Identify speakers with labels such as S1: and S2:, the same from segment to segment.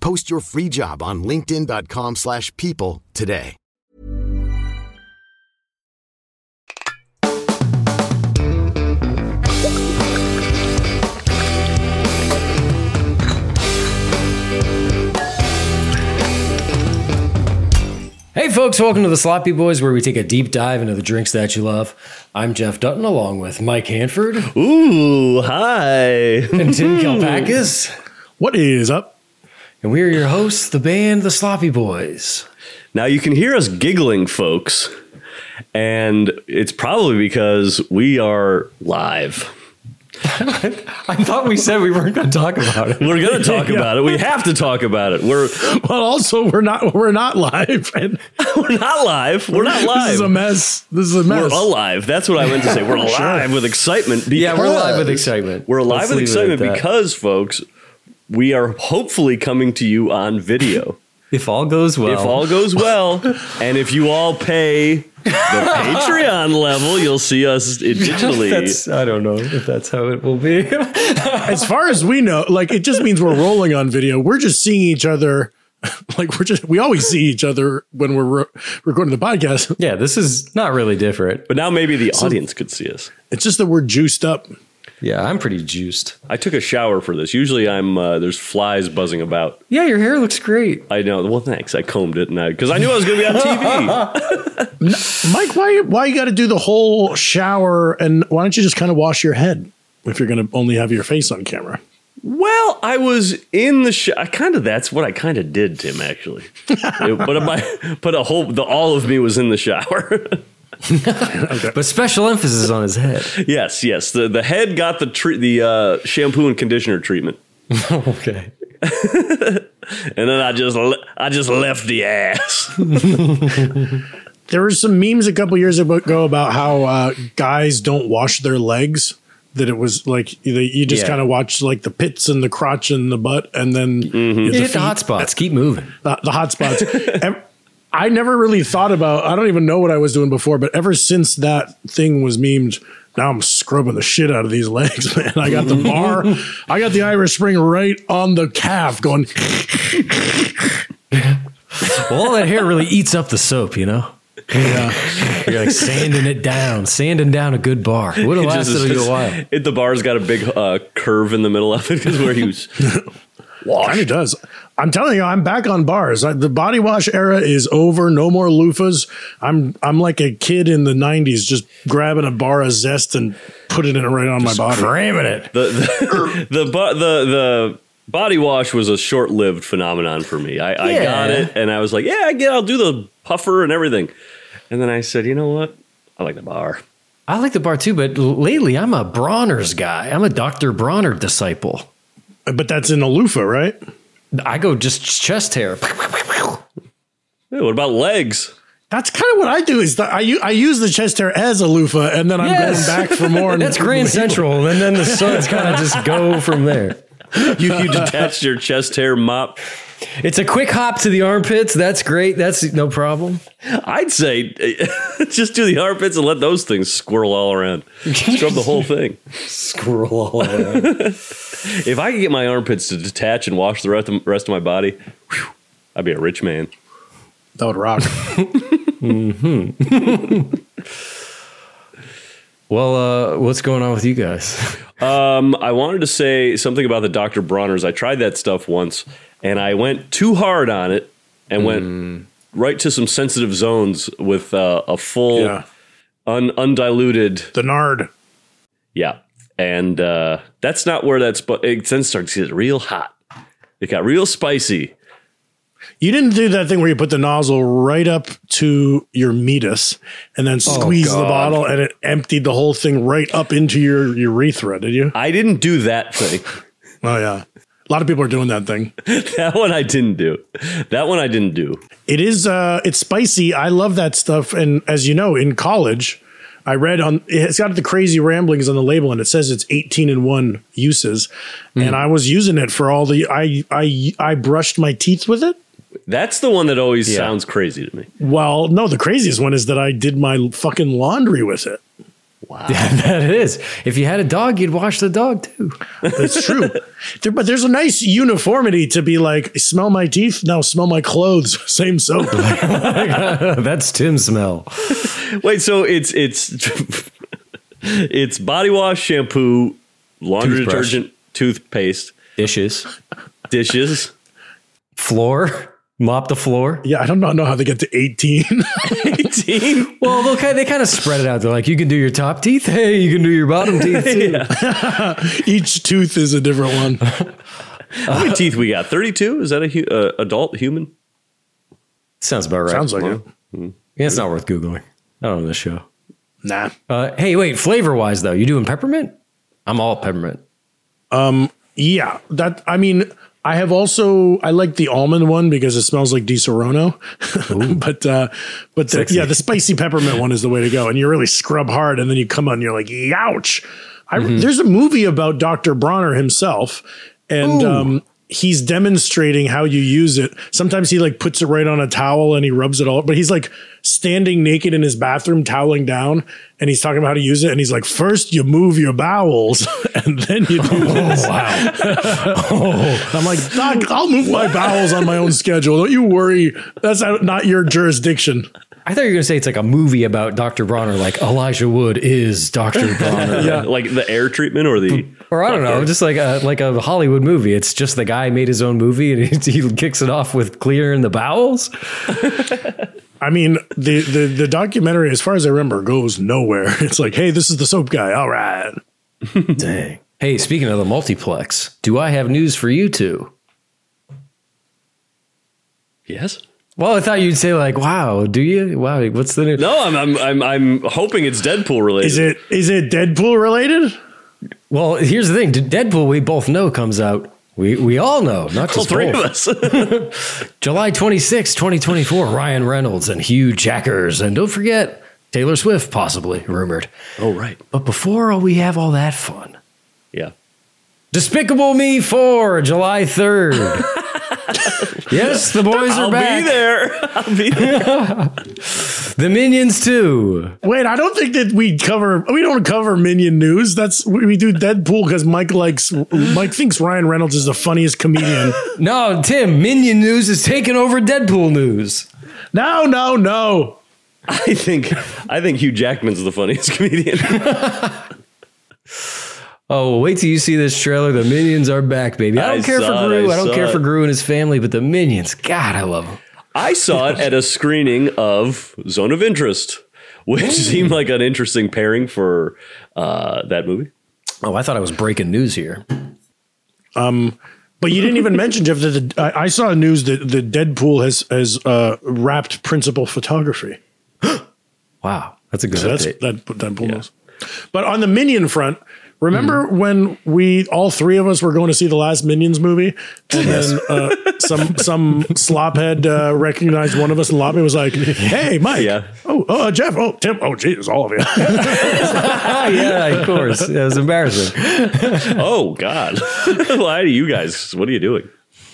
S1: Post your free job on linkedin.com/people slash people today.
S2: Hey, folks, welcome to the Sloppy Boys, where we take a deep dive into the drinks that you love. I'm Jeff Dutton, along with Mike Hanford
S3: Ooh, hi.
S2: and Tim Kalpakis.
S4: What is up?
S2: And we are your hosts, the band The Sloppy Boys.
S3: now you can hear us giggling, folks. And it's probably because we are live.
S2: I thought we said we weren't going to talk about it.
S3: We're going to talk about it. We have to talk about it. We're,
S4: Well, also we're not we're not live. And
S3: we're not live. We're not
S4: This is a
S3: live.
S4: mess. This is a
S3: We're
S4: mess.
S3: alive. That's what I meant to say. We're alive with excitement.
S2: Yeah, we're
S3: because-
S2: live with excitement.
S3: We're alive
S2: Let's
S3: with
S2: leave it
S3: excitement
S2: at that.
S3: because, folks, we are hopefully coming to you on video.
S2: if all goes well,
S3: If all goes well, and if you all pay the Patreon level, you'll see us digitally.
S2: that's, I don't know if that's how it will be.
S4: as far as we know, like it just means we're rolling on video. We're just seeing each other. Like we're just we always see each other when we're re- recording the podcast.
S2: yeah, this is not really different.
S3: But now maybe the audience could see us.
S4: It's just that we're juiced up.
S2: Yeah, I'm pretty juiced.
S3: I took a shower for this. Usually, I'm uh, there's flies buzzing about.
S2: Yeah, your hair looks great.
S3: I know. Well, thanks. I combed it, and I because I knew I was going to be on TV.
S4: Mike, why why you got to do the whole shower and why don't you just kind of wash your head if you're going to only have your face on camera?
S3: well, I was in the show. I kind of that's what I kind of did, Tim. Actually, It- but my but a whole the all of me was in the shower.
S2: But special emphasis on his head.
S3: yes, yes. The the head got the tre- the uh, shampoo and conditioner treatment,
S2: okay.
S3: and then I just le- I just left the ass.
S4: There were some memes a couple years ago about how uh, guys don't wash their legs. That it was like they, you just
S2: Yeah.
S4: kind of watch like the pits and the crotch and the butt, and then
S2: You hit the hot spots. Keep moving.
S4: the, the hot spots. Ev- I never really thought about. I don't even know what I was doing before, but ever since that thing was memed, now I'm scrubbing the shit out of these legs, man. I got the bar, I got the Irish Spring right on the calf, going.
S2: Well, all that hair really eats up the soap, you know? Yeah. You're like sanding it down, sanding down a good bar. Would have
S3: It
S2: lasted
S3: just-
S2: a good while.
S3: It, the bar's got a big uh, curve in the middle of it because where he was.
S4: Kind of does. I'm telling you, I'm back on bars. I, the body wash era is over. No more loofahs. I'm I'm like a kid in the '90s, just grabbing a bar of zest and putting it right on my body.
S2: Cramming it.
S3: the the the, bo- the the body wash was a short lived phenomenon for me. I, I got
S2: Yeah.
S3: it, and I was like, yeah, I get, I'll do the puffer and everything. And then I said, you know what? I like the bar.
S2: I like the bar too, but l- lately I'm a Bronner's guy. I'm a Dr. Bronner disciple.
S4: But that's in a loofah, right?
S2: I go just chest hair.
S3: Hey, what about legs?
S4: That's kind of what I do. Is that I, u- I use the chest hair as a loofah, and then I'm
S2: Yes.
S4: going back for more.
S2: That's Grand Central. And then the suns kind of just go from there.
S3: You you detached your chest hair mop.
S2: It's a quick hop to the armpits. That's great. That's no problem.
S3: I'd say just do the armpits and let those things squirrel all around. Scrub the whole thing.
S2: Squirrel all around.
S3: If I could get my armpits to detach and wash the rest of, rest of my body, whew, I'd be a rich man.
S4: That would rock.
S2: Well, uh, what's going on with you guys?
S3: Um, I wanted to say something about the Dr. Bronner's. I tried that stuff once and I went too hard on it and went right to some sensitive zones with uh, a full,
S4: Yeah.
S3: un, undiluted.
S4: The nard.
S3: Yeah. And uh, that's not where that's, but it then starts to get real hot. It got real spicy.
S4: You didn't do that thing where you put the nozzle right up to your meatus and then squeeze the bottle and it emptied the whole thing right up into your urethra, did you?
S3: I didn't do that thing.
S4: Oh, yeah. A lot of people are doing that thing.
S3: that one I didn't do. That one I didn't do.
S4: It is uh it's spicy. I love that stuff and as you know in college I read on it's got the crazy ramblings on the label and it says it's 18 and 1 uses and I was using it for all the I I I brushed my teeth with it.
S3: That's the one that always sounds crazy to me.
S4: Well, no, the craziest one is that I did my fucking laundry with it.
S2: that it is. If you had a dog, you'd wash the dog too.
S4: It's true. there, but there's a nice uniformity to be like smell my teeth, now smell my clothes, same soap.
S2: That's Tim's smell.
S3: Wait, so it's it's it's body wash, shampoo, laundry
S2: Toothbrush.
S3: detergent, toothpaste,
S2: Dishes,
S3: dishes.
S2: floor, mop the floor.
S4: yeah, I don't know how they get to 18.
S2: Well, they'll kind they kind of spread it out. They're like, you can do your top teeth. Hey, you can do your bottom teeth too.
S4: Each tooth is a different one.
S3: How many teeth we got? Thirty-two. Is that a hu- uh, adult human?
S2: Sounds about right.
S4: Sounds like it.
S2: yeah, it's not worth googling. I don't know this show.
S4: Nah.
S2: Uh, hey, wait, flavor wise though, you doing peppermint? I'm all peppermint.
S4: Yeah, that I mean, I have also I like the almond one because it smells like Di Serono. but uh but the, yeah, the spicy peppermint one is the way to go and you really scrub hard and then you come on and you're like, "Youch." I, There's a movie about Dr. Bronner himself and um he's demonstrating how you use it. Sometimes he like puts it right on a towel and he rubs it all, but he's like standing naked in his bathroom, toweling down, and he's talking about how to use it. And he's like, first you move your bowels, and then you do this. wow. I'm like, Doc, I'll move my bowels on my own schedule. Don't you worry. That's not not your jurisdiction.
S2: I thought you were gonna say it's like a movie about Dr. Bronner, like Elijah Wood is Dr. Bronner.
S3: Yeah, Hmm. like the air treatment or the
S2: Or I don't know, just like a like a Hollywood movie. It's just the guy made his own movie and he, he kicks it off with clear in the bowels.
S4: I mean, the, the the documentary, as far as I remember, goes nowhere. It's like, hey, this is the soap guy. All right.
S2: Dang. Hey, speaking of the multiplex, do I have news for you two?
S3: yes.
S2: Well, I thought you'd say like, "Wow, do you? Wow, what's the news?"
S3: No, I'm I'm I'm, I'm hoping it's Deadpool related.
S4: Is it is it Deadpool related?
S2: Well, here's the thing: Deadpool, we both know, comes out. We we all know, not
S3: All
S2: just
S3: three of
S2: both.
S3: us.
S2: July 26, 2024, Ryan Reynolds and Hugh Jackers. And don't forget, Taylor Swift, possibly rumored.
S3: oh right.
S2: But before we have all that fun,
S3: Yeah.
S2: Despicable Me 4, July 3rd. yes, the boys are
S3: I'll
S2: back.
S3: be there. I'll be there.
S2: The Minions too.
S4: Wait, I don't think that we cover. We don't cover Minion news. That's we we do Deadpool because Mike likes. Mike thinks Ryan Reynolds is the funniest comedian.
S2: No, Tim, Minion News is taking over Deadpool News.
S4: no, no, no.
S3: I think I think Hugh Jackman's the funniest comedian.
S2: Oh, wait till you see this trailer. The Minions are back, baby. I don't
S3: I
S2: care for
S3: saw it,
S2: Gru.
S3: I
S2: I, don't
S3: saw
S2: care for
S3: it.
S2: Gru and his family, but the Minions, God, I love them.
S3: I saw it at a screening of Zone of Interest, which seemed like an interesting pairing for uh, that movie.
S2: Oh, I thought I was breaking news here.
S4: But you didn't even mention Jeff that the, I, I saw news that the Deadpool has has uh, wrapped principal photography.
S2: Wow, that's a good
S4: So that's
S2: update.
S4: that Deadpool knows. But on the Minion front, remember when we all three of us were going to see the last Minions movie, and then uh, some some slophead uh, recognized one of us in the lobby was like, "Hey, Mike!
S3: Yeah.
S4: Oh, oh, uh, Jeff! Oh, Tim! Oh, Jesus! All of you!"
S2: Ah, yeah, of course. It was embarrassing.
S3: Oh God! Why do you guys? What are you doing?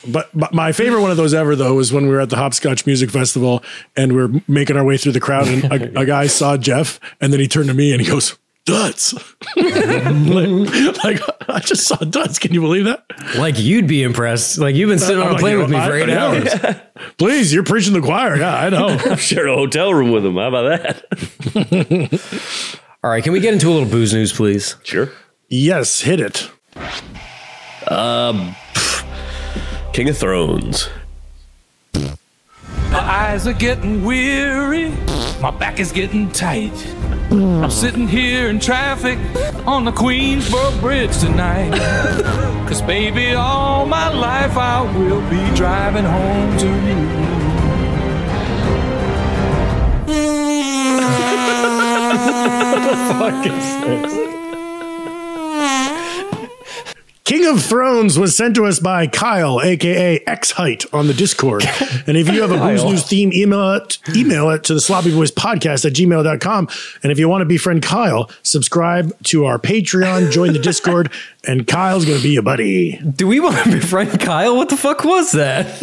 S4: but, but my favorite one of those ever though was when we were at the Hopscotch Music Festival and we are making our way through the crowd, and a, a guy saw Jeff, and then he turned to me and he goes. Duds, like, like I just saw duds. Can you believe that?
S2: Like you'd be impressed. Like you've been sitting on
S4: I'm
S2: a
S4: like,
S2: plane
S4: you
S2: with
S4: know,
S2: me
S4: I-
S2: for eight
S4: yeah.
S2: hours.
S4: Please, you're preaching the choir. Yeah, I know.
S3: Shared a hotel room with him. How about that?
S2: All right, can we get into a little booze news, please?
S3: Sure.
S4: yes, hit it.
S3: King of Thrones.
S5: My eyes are getting weary. My back is getting tight. I'm sitting here in traffic on the Queensboro Bridge tonight. Cause baby, all my life I will be driving home to you.
S4: King of Thrones was sent to us by Kyle, aka X Height, on the Discord. And if you have a Booze News theme, email it, email it to the sloppy boys podcast at gmail.com. And if you want to befriend Kyle, subscribe to our Patreon, join the Discord, and Kyle's gonna be a buddy.
S2: Do we want to befriend Kyle? What the fuck was that?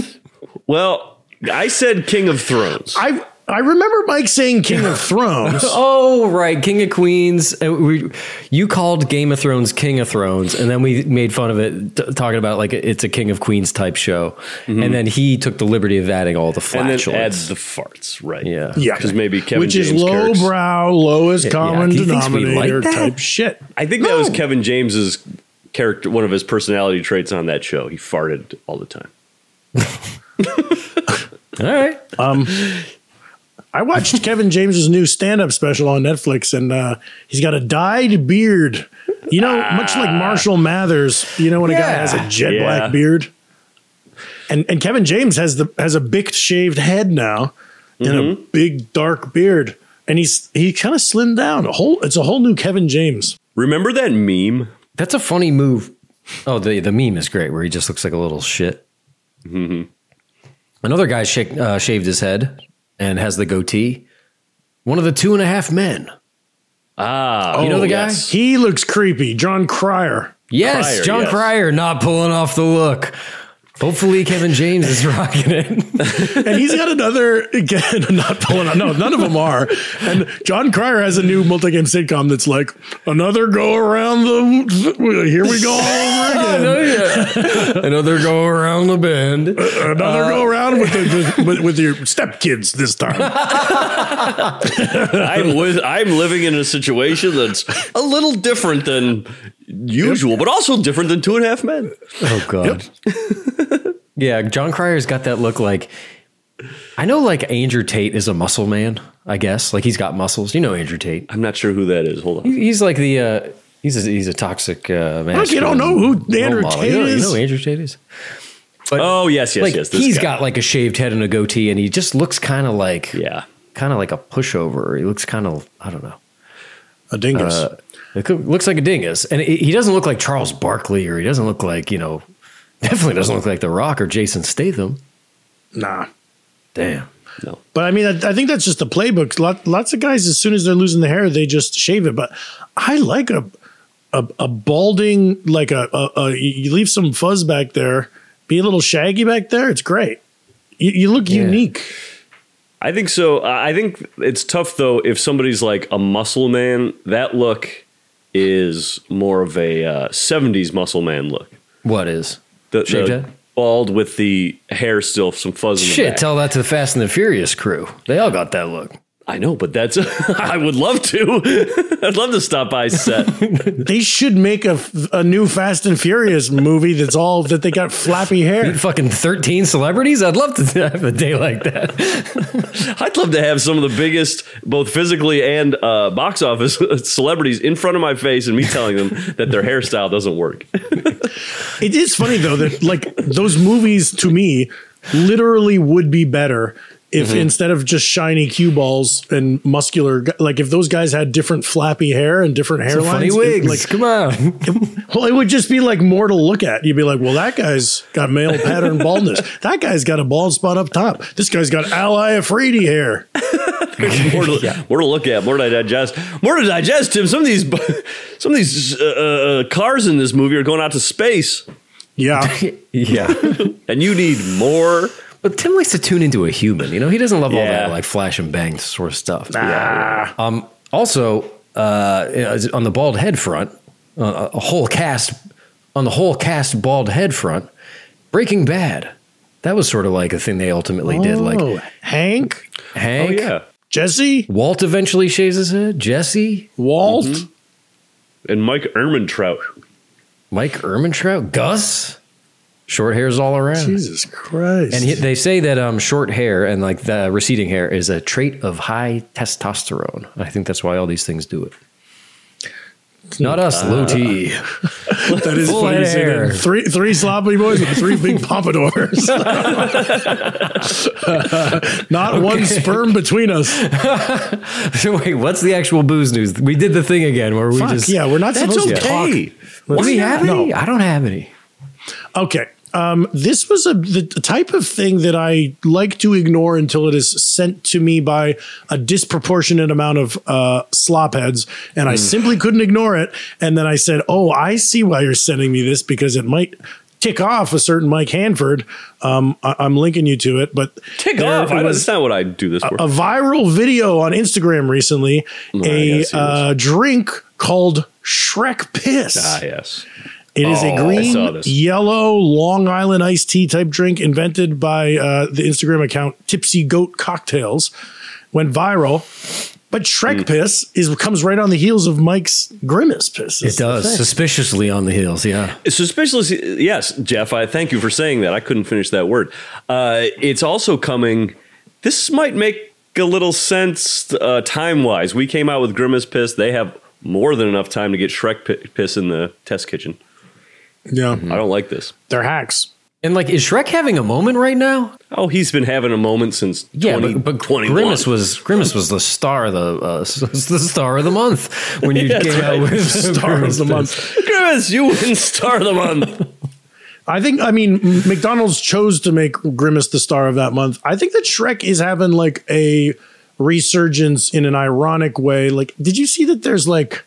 S3: Well, I said King of Thrones.
S4: I I remember Mike saying King of Thrones.
S2: Oh right, King of Queens. Uh, We, you called Game of Thrones King of Thrones, and then we made fun of it, t- talking about like it's a King of Queens type show. And then he took the liberty of adding all the
S3: Mm-hmm. and then
S2: flatulence.
S3: adds the farts, right?
S2: Yeah.
S4: Yeah.
S3: Because maybe Kevin
S4: Which
S3: James
S4: is
S3: Kirk's-
S4: lowbrow, lowest common
S2: he thinks we like
S4: denominator
S2: that?
S4: type shit.
S3: I think that was Kevin James's character, one of his personality traits on that show. He farted all the time.
S2: all right,
S4: I watched Kevin James's new stand-up special on Netflix, and uh, he's got a dyed beard. You know, much like Marshall Mathers. You know when a guy
S2: Yeah.
S4: has a jet
S3: Yeah.
S4: black beard, and and Kevin James has the has a big shaved head now and a big dark beard, and he's he kind of slimmed down. A whole it's a whole new Kevin James.
S3: Remember that meme?
S2: that's a funny move. Oh, the the meme is great, where he just looks like a little shit.
S3: Mm-hmm.
S2: Another guy shak uh, shaved his head and has the goatee. One of the two and a half men.
S3: Ah,
S2: You know the guy?
S3: yes.
S4: He looks creepy, John Cryer.
S2: Yes,
S3: Cryer,
S2: John
S3: yes.
S2: Cryer not pulling off the look. Hopefully, Kevin James is rocking it.
S4: and he's got another again I'm not pulling out no none of them are and john cryer has a new multi-game sitcom that's like another go around the here we go all over again
S2: Another go around the bend.
S4: another
S2: Uh,
S4: go around with, the, with, with your stepkids this time
S3: I'm with, I'm living in a situation that's a little different than usual, but also different than Two and a Half Men.
S2: Oh God. yeah, John Cryer's got that look like. I know, like Andrew Tate is a muscle man. I guess, like he's got muscles. You know, Andrew Tate.
S3: I'm not sure who that is. Hold on.
S2: He's like the. Uh, he's a, he's a toxic uh, man.
S4: Fuck, you don't know who Andrew Tate
S2: you know, You
S4: is?
S2: know who Andrew Tate is.
S3: Oh yes, yes,
S2: like
S3: yes.
S2: he's
S3: this guy.
S2: got like a shaved head and a goatee, and he just looks kind of like
S3: yeah.
S2: kind of like a pushover. He looks kind of I don't know.
S4: a dingus
S2: Uh, it coo- looks like a dingus, and he he doesn't look like Charles Barkley, or he doesn't look like you know, definitely doesn't look like The Rock or Jason Statham.
S4: nah
S2: Damn.
S3: No.
S4: But I mean, I, I think that's just the playbook. Lot, lots of guys, as soon as they're losing the hair, they just shave it. But I like a a, a balding, like a, a, a you leave some fuzz back there, be a little shaggy back there. It's great. You, you look
S2: Yeah.
S4: unique.
S3: I think so. Uh, I think it's tough though if somebody's like a muscle man. That look is more of a uh, '70s muscle man look.
S2: What is?
S3: The, the
S2: Shaved head?
S3: bald with the hair still some fuzz. In the
S2: Shit,
S3: back.
S2: tell that to the Fast and the Furious crew. They all got that look.
S3: I know, but that's. I would love to. I'd love to stop by set.
S4: They should make a, f- a new Fast and Furious movie that's all that they got flappy hair.
S2: Fucking 13 celebrities? I'd love to have a day like that.
S3: I'd love to have some of the biggest, both physically and uh, box office celebrities, in front of my face, and me telling them that their hairstyle doesn't work.
S4: It is funny though that like those movies to me literally would be better if
S2: Mm-hmm.
S4: instead of just shiny cue balls and muscular gu- like if those guys had different flappy hair and different hairlines
S2: Funny
S4: it-
S2: wigs.
S4: like
S2: Come on.
S4: well it would just be like more to look at you'd be like well that guy's got male pattern baldness that guy's got a bald spot up top this guy's got ally Afridi hair
S3: more, to, more to look at, more to digest, more to digest. Tim, some of these, some of these uh, uh, cars in this movie are going out to space,
S4: yeah
S2: yeah.
S3: and you need more.
S2: But Tim likes to tune into a human. You know, he doesn't love all
S3: Yeah.
S2: that like flash and bang sort of stuff. Um, also, uh, is- on the bald head front, uh, a whole cast on the whole cast bald head front, Breaking Bad. That was sort of like a thing they ultimately did.
S4: oh
S2: Like
S4: Hank
S3: Oh
S2: Hank,
S3: yeah,
S4: Jesse
S2: Walt eventually shaves his head. Jesse,
S4: Walt
S2: Mm-hmm.
S3: and Mike Ermintrout.
S2: Mike Ermintrout, Gus, Short hair's all around.
S4: Jesus Christ.
S2: And he, they say that um, short hair and like the receding hair is a trait of high testosterone. I think that's why all these things do it. Not us, low T.
S4: that is
S2: full
S4: funny you say
S2: hair.
S4: that. Three three sloppy boys with three big pompadours. Not one sperm between us.
S2: Wait, what's the actual booze news? We did the thing again where we
S4: Fuck,
S2: just
S4: yeah, we're not
S3: That's
S4: supposed
S3: okay.
S4: to talk.
S2: Do
S4: Let's-
S2: we have
S4: No.
S2: any? I don't have any.
S4: Okay. Um, this was a the type of thing that I like to ignore until it is sent to me by a disproportionate amount of uh, slopheads, and
S2: Hmm.
S4: I simply couldn't ignore it. And then I said, "Oh, I see why you're sending me this because it might tick off a certain Mike Hanford." Um, I- I'm linking you to it, but
S3: Tick
S4: there
S3: off. I,
S4: was-
S3: that's not what I do this for.
S4: a viral video on Instagram recently,
S3: gotta
S4: a
S3: see
S4: uh, drink called Shrek Piss.
S3: ah, yes.
S4: It is
S3: Oh, I
S4: a
S3: saw
S4: green,
S3: this.
S4: yellow Long Island iced tea type drink invented by uh, the Instagram account Tipsy Goat Cocktails. Went viral, but Shrek
S3: Hmm.
S4: piss is comes right on the heels of Mike's grimace piss. is
S2: It
S4: the
S2: does
S4: thing.
S2: suspiciously on the heels. Yeah,
S3: Suspiciously, yes, Jeff. I thank you for saying that. I couldn't finish that word. Uh, it's also coming. This might make a little sense uh, time wise. We came out with Grimace Piss. They have more than enough time to get Shrek pi- Piss in the test kitchen.
S4: Yeah,
S3: I don't like this.
S4: they're hacks.
S2: and like, is Shrek having a moment right now?
S3: Oh, he's been having a moment since
S2: Yeah,
S3: 20,
S2: but, but
S3: 21.
S2: Grimace was Grimace was the star of the uh, s- the star of the month when you came out with
S4: Star of the month.
S3: Grimace. You win star of the month.
S4: I think I mean M- McDonald's chose to make Grimace the star of that month. I think that Shrek is having like a resurgence in an ironic way. Like, did you see that there's like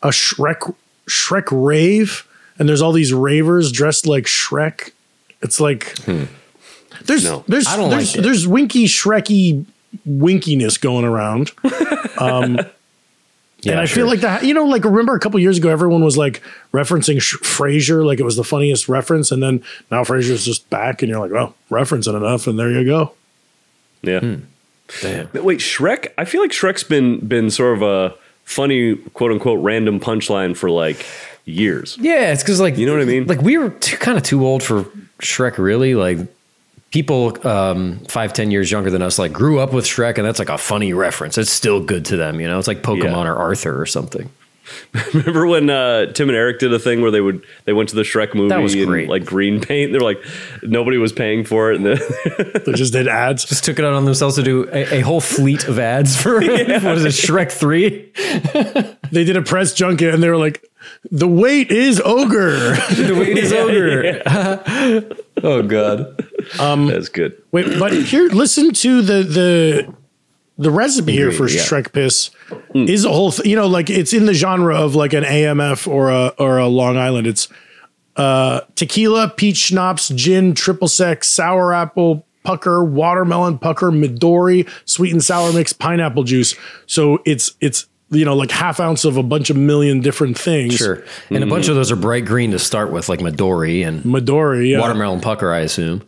S4: a Shrek Shrek rave, and there's all these ravers dressed like Shrek. It's like there's
S3: No,
S4: there's
S2: I don't
S4: there's,
S2: like it.
S4: there's winky Shreky winkiness going around. and I feel like that, you know, like remember a couple years ago, everyone was like referencing Sh- Frasier, like it was the funniest reference. And then now Frasier's just back, and you're like, well, referencing enough, and there you go.
S3: Yeah.
S2: Hmm. Damn.
S3: Wait, Shrek. I feel like Shrek's been been sort of a funny quote unquote random punchline for like years.
S2: Yeah, it's because like
S3: You know what I mean?
S2: Like we were too, kind of too old for Shrek. Really, like people um, five ten years younger than us like grew up with Shrek, and that's like a funny reference. It's still good to them. You know, it's like Pokemon
S3: Yeah.
S2: or Arthur or something.
S3: Remember when uh, Tim and Eric did a thing where they would they went to the Shrek movie
S2: was
S3: and
S2: great.
S3: like green paint? They're like nobody was paying for it, and the,
S4: They just did ads.
S2: Just took it out on themselves to do a, a whole fleet of ads for what is it Shrek three?
S4: They did a press junket, and they were like, the weight is ogre.
S2: The wait is over. oh god. Um,
S3: that's good.
S4: Wait, but here, listen to the the the recipe here for
S2: yeah. Mm.
S4: Shrek piss is a whole, th- you know, like it's in the genre of like an AMF or a or a Long Island. It's uh, tequila, peach schnapps, gin, triple sec, sour apple pucker, watermelon pucker, midori, sweet and sour mix, pineapple juice. So it's it's you know like half ounce of a bunch of million different things.
S2: Sure. And a
S3: Mm-hmm.
S2: bunch of those are bright green to start with, like Midori and
S4: Midori, yeah.
S2: watermelon pucker. I assume.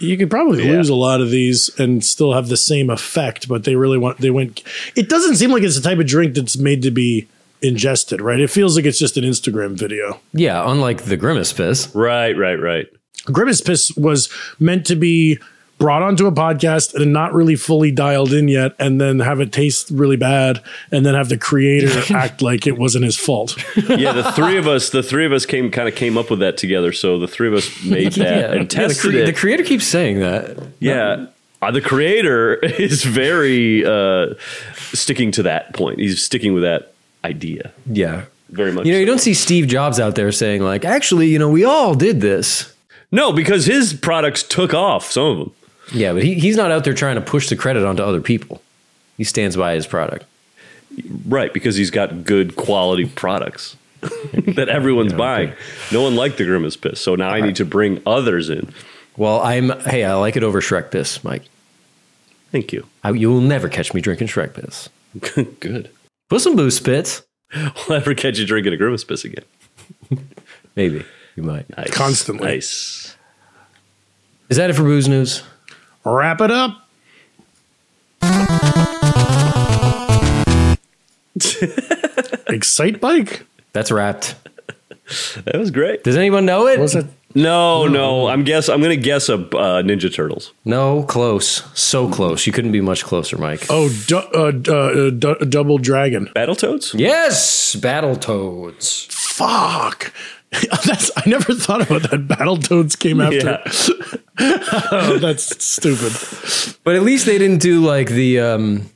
S4: You could probably lose a lot of these and still have the same effect, but they really want they went. It doesn't seem like it's the type of drink that's made to be ingested, right? It feels like it's just an Instagram video.
S2: Yeah, unlike the grimace piss.
S3: Right, right, right.
S4: Grimace Piss was meant to be brought onto a podcast and not really fully dialed in yet, and then have it taste really bad, and then have the creator act like it wasn't his fault.
S3: Yeah, the three of us, the three of us came kind of came up with that together. So the three of us made that and
S2: the,
S3: tested
S2: cre-
S3: it.
S2: the creator keeps saying that.
S3: yeah. Uh, the creator is very uh, sticking to that point. He's sticking with that idea
S2: Yeah.
S3: very much.
S2: You know, you don't see Steve Jobs out there saying like, actually, you know, we all did this.
S3: no, because his products took off. Some of them.
S2: Yeah, but he, he's not out there trying to push the credit onto other people. He stands by his product.
S3: Right, because he's got good quality products that everyone's buying. No one liked the Grimace Piss, so now I need to bring others in.
S2: Well, I'm hey, I like it over Shrek piss, Mike.
S3: Thank you.
S2: I, you will never catch me drinking Shrek piss.
S3: good.
S2: Put some booze spits.
S3: We'll never catch you drinking a Grimace Piss again.
S2: Maybe you might.
S3: Nice.
S4: Constantly.
S3: Nice.
S2: Is that it for booze news?
S4: Wrap it up. Excite bike.
S2: That's wrapped.
S3: That was great.
S2: Does anyone know it?
S4: What was it?
S3: No, no. I'm guess. I'm gonna guess a uh, Ninja Turtles.
S2: No, close. So close. You couldn't be much closer, Mike.
S4: Oh, du- uh, d- uh, d- Double Dragon.
S3: Battletoads.
S2: Yes, Battletoads.
S4: Fuck. That's I never thought about that. Battletoads came after. Oh, that's stupid.
S2: But at least they didn't do like the um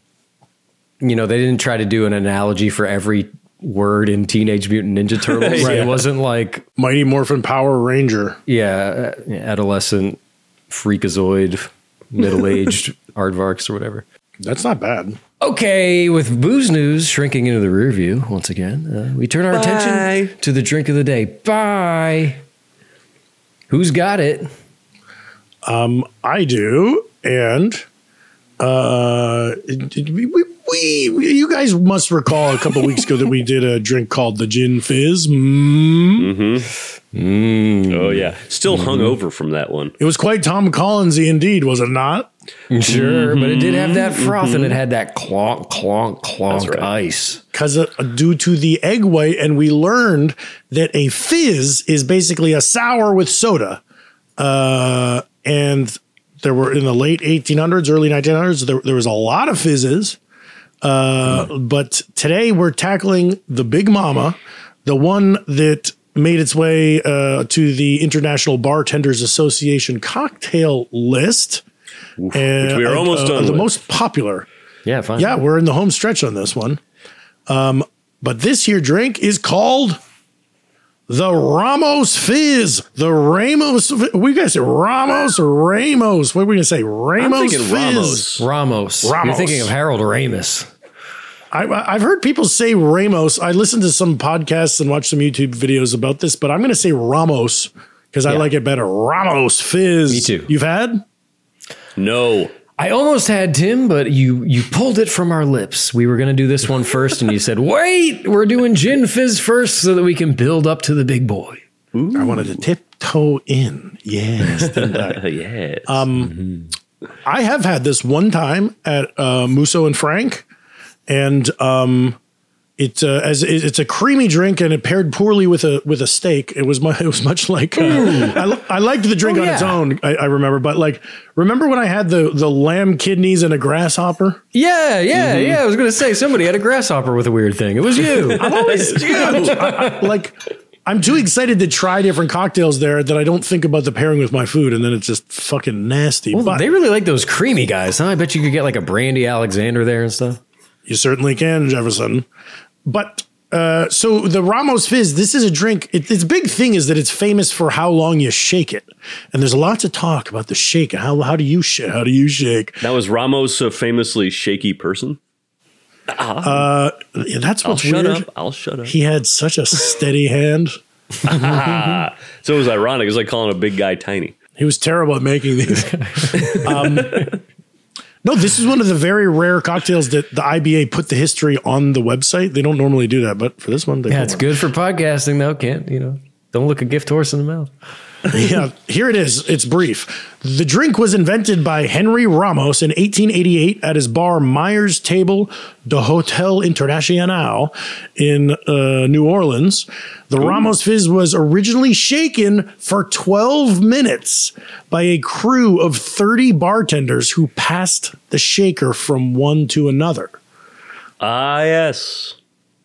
S2: you know, they didn't try to do an analogy for every word in Teenage Mutant Ninja Turtles.
S3: Right.
S2: It wasn't like
S4: Mighty Morphin Power Ranger.
S2: yeah, uh, adolescent freakazoid middle-aged aardvarks or whatever.
S4: That's not bad.
S2: Okay, with booze news shrinking into the rear view once again, uh, we turn our attention to the drink of the day. Bye. Who's got it?
S4: Um, I do, and uh, did we, we, we you guys must recall a couple weeks ago that we did a drink called the Gin Fizz. Mm.
S2: Mm.
S3: Oh yeah. Still hung over from that one.
S4: It was quite Tom Collinsy, indeed, was it not?
S2: Sure, but it did have that froth and it had that clonk, clonk, clonk
S3: right.
S2: ice.
S4: Because uh, due to the egg white, and we learned that a fizz is basically a sour with soda. Uh, and there were in the late 1800s, early 1900s, there, there was a lot of fizzes. Uh, But today we're tackling the Big Mama, the one that made its way uh, to the International Bartenders Association cocktail list. and uh,
S3: which we are almost done
S4: The
S3: with.
S4: most popular.
S2: Yeah, fine.
S4: Yeah, we're in the home stretch on this one. Um, but this here drink is called the Ramos Fizz. The Ramos. We guys say Ramos or Ramos? What are we gonna say? Ramos.
S3: I'm thinking Ramos.
S4: Fizz.
S2: Ramos. You're
S4: Ramos.
S2: thinking of Harold Ramis.
S4: I, I- I've heard people say Ramos. I listened to some podcasts and watched some YouTube videos about this, but I'm gonna say Ramos because I like it better. Ramos Fizz.
S2: Me too.
S4: You've had?
S3: No.
S2: I almost had Tim, but you you pulled it from our lips. We were going to do this one first, and you said, "Wait, we're doing gin fizz first, so that we can build up to the big boy."
S4: I wanted to tiptoe in. Yes. didn't I?
S3: Uh, yeah.
S4: I have had this one time at uh, Musso and Frank, and um, it's uh, as it- it's a creamy drink, and it paired poorly with a with a steak. It was mu- it was much like uh, I, li- I liked the drink
S2: Oh,
S4: on its
S2: yeah.
S4: own. I, I remember, but like remember when I had the the lamb kidneys and a grasshopper?
S2: Yeah, yeah,
S4: Mm-hmm.
S2: yeah. I was going to say somebody had a grasshopper with a weird thing. It was you.
S4: like. I'm too excited to try different cocktails there that I don't think about the pairing with my food, and then it's just fucking nasty.
S2: Well,
S4: but
S2: they really like those creamy guys, huh? I bet you could get like a Brandy Alexander there and stuff.
S4: You certainly can, Jefferson. But uh, so the Ramos Fizz, this is a drink. It, its big thing is that it's famous for how long you shake it, and there's lots of talk about the shake. How how do you shake? How do you shake?
S3: That was Ramos, a famously shaky person.
S4: Uh,
S2: Oh,
S4: That's
S3: I'll
S4: what's
S3: shut
S4: weird.
S3: up. I'll shut up.
S4: He had such a steady hand.
S3: So it was ironic. It was like calling a big guy tiny.
S4: He was terrible at making these. um, no, this is one of the very rare cocktails that the IBA put the history on the website. They don't normally do that, but for this one, they
S2: Yeah,
S4: put
S2: it's
S4: one.
S2: good for podcasting though. Can't you know? Don't look a gift horse in the mouth.
S4: yeah, here it is. It's brief. The drink was invented by Henry Ramos in 1888 at his bar Myers Table de Hotel Internacional in uh, New Orleans. The Ramos Fizz was originally shaken for 12 minutes by a crew of 30 bartenders who passed the shaker from one to another.
S3: Ah, yes.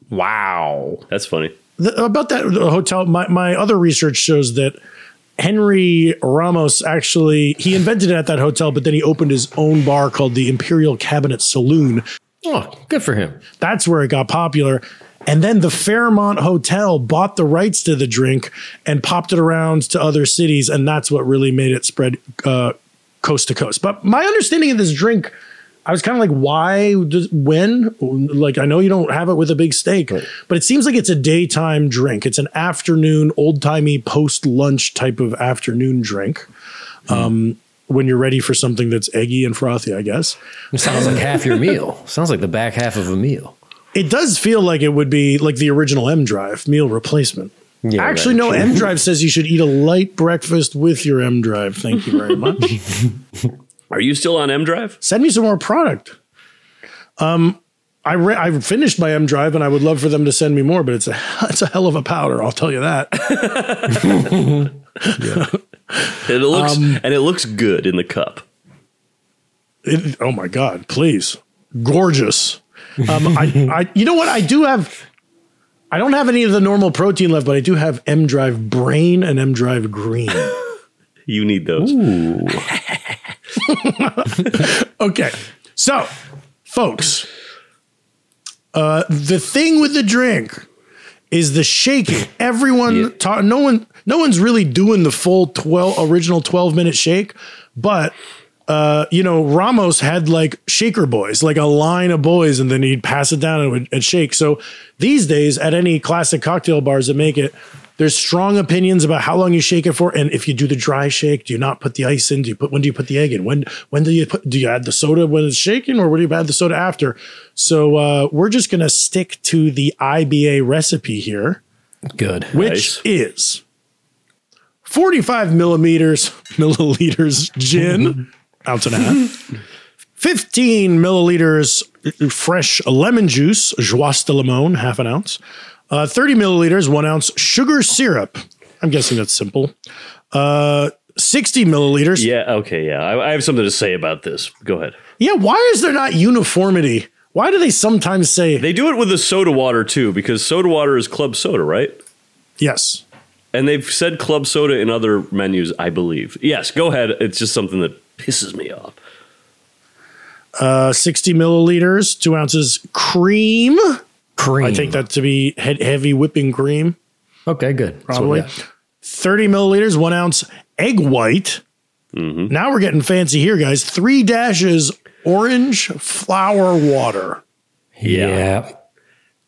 S3: Wow. That's funny.
S4: Th- about that hotel my, my other research shows that henry ramos actually he invented it at that hotel but then he opened his own bar called the imperial cabinet saloon
S2: Oh, good for him.
S4: that's where it got popular and then the fairmont hotel bought the rights to the drink and popped it around to other cities and that's what really made it spread uh, coast to coast but my understanding of this drink I was kind of like, why, does- when? Like, I know you don't have it with a big steak, but it seems like it's a daytime drink. It's an afternoon, old timey, post lunch type of afternoon drink. Um, when you're ready for something that's eggy and frothy, I guess.
S2: It sounds like half your meal. Sounds like the back half of a meal.
S4: It does feel like it would be like the original M Drive meal replacement.
S2: Yeah,
S4: Actually,
S2: right.
S4: no, M Drive says you should eat a light breakfast with your M Drive. Thank you very much.
S3: Are you still on M Drive?
S4: Send me some more product. Um, I re- I finished my M Drive, and I would love for them to send me more, but it's a it's a hell of a powder. I'll tell you that.
S3: And it looks and it looks good in the cup.
S4: It, oh my god! Please, gorgeous. Um, I, I you know what? I do have. I don't have any of the normal protein left, but I do have M Drive Brain and M Drive Green.
S3: You need those.
S4: Okay. So, folks, uh, the thing with the drink is the shaking. Everyone, ta- no one, no one's really doing the full twelve original twelve minute shake, but. Uh, you know, Ramos had like shaker boys, like a line of boys, and then he'd pass it down and it would and shake. So these days, at any classic cocktail bars that make it, there's strong opinions about how long you shake it for, and if you do the dry shake, do you not put the ice in? Do you put when do you put the egg in? When when do you put do you add the soda when it's shaken, or when do you add the soda after? So uh, we're just gonna stick to the IBA recipe here,
S2: Good.
S4: which is 45 millimeters milliliters gin, ounce and a half, 15 milliliters fresh lemon juice, joisse de limon, half an ounce, uh, 30 milliliters, one ounce sugar syrup. I'm guessing that's simple. Uh, 60 milliliters. Yeah.
S3: Yeah. Okay. Yeah. I, I have something to say about this. Go ahead.
S4: why is there not uniformity? Why do they sometimes say
S3: They do it with the soda water too, because soda water is club soda, right?
S4: yes?
S3: And they've said club soda in other menus, I believe. Yes. Go ahead. It's just something that pisses me off.
S4: Uh, 60 milliliters, two ounces cream.
S2: Cream.
S4: I take that to be he- heavy whipping cream.
S2: Okay, good. That's what we
S4: probably.
S2: got.
S4: 30 milliliters, one ounce egg white.
S2: Mm-hmm.
S4: Now we're getting fancy here, guys. Three dashes orange flower water.
S2: Yeah.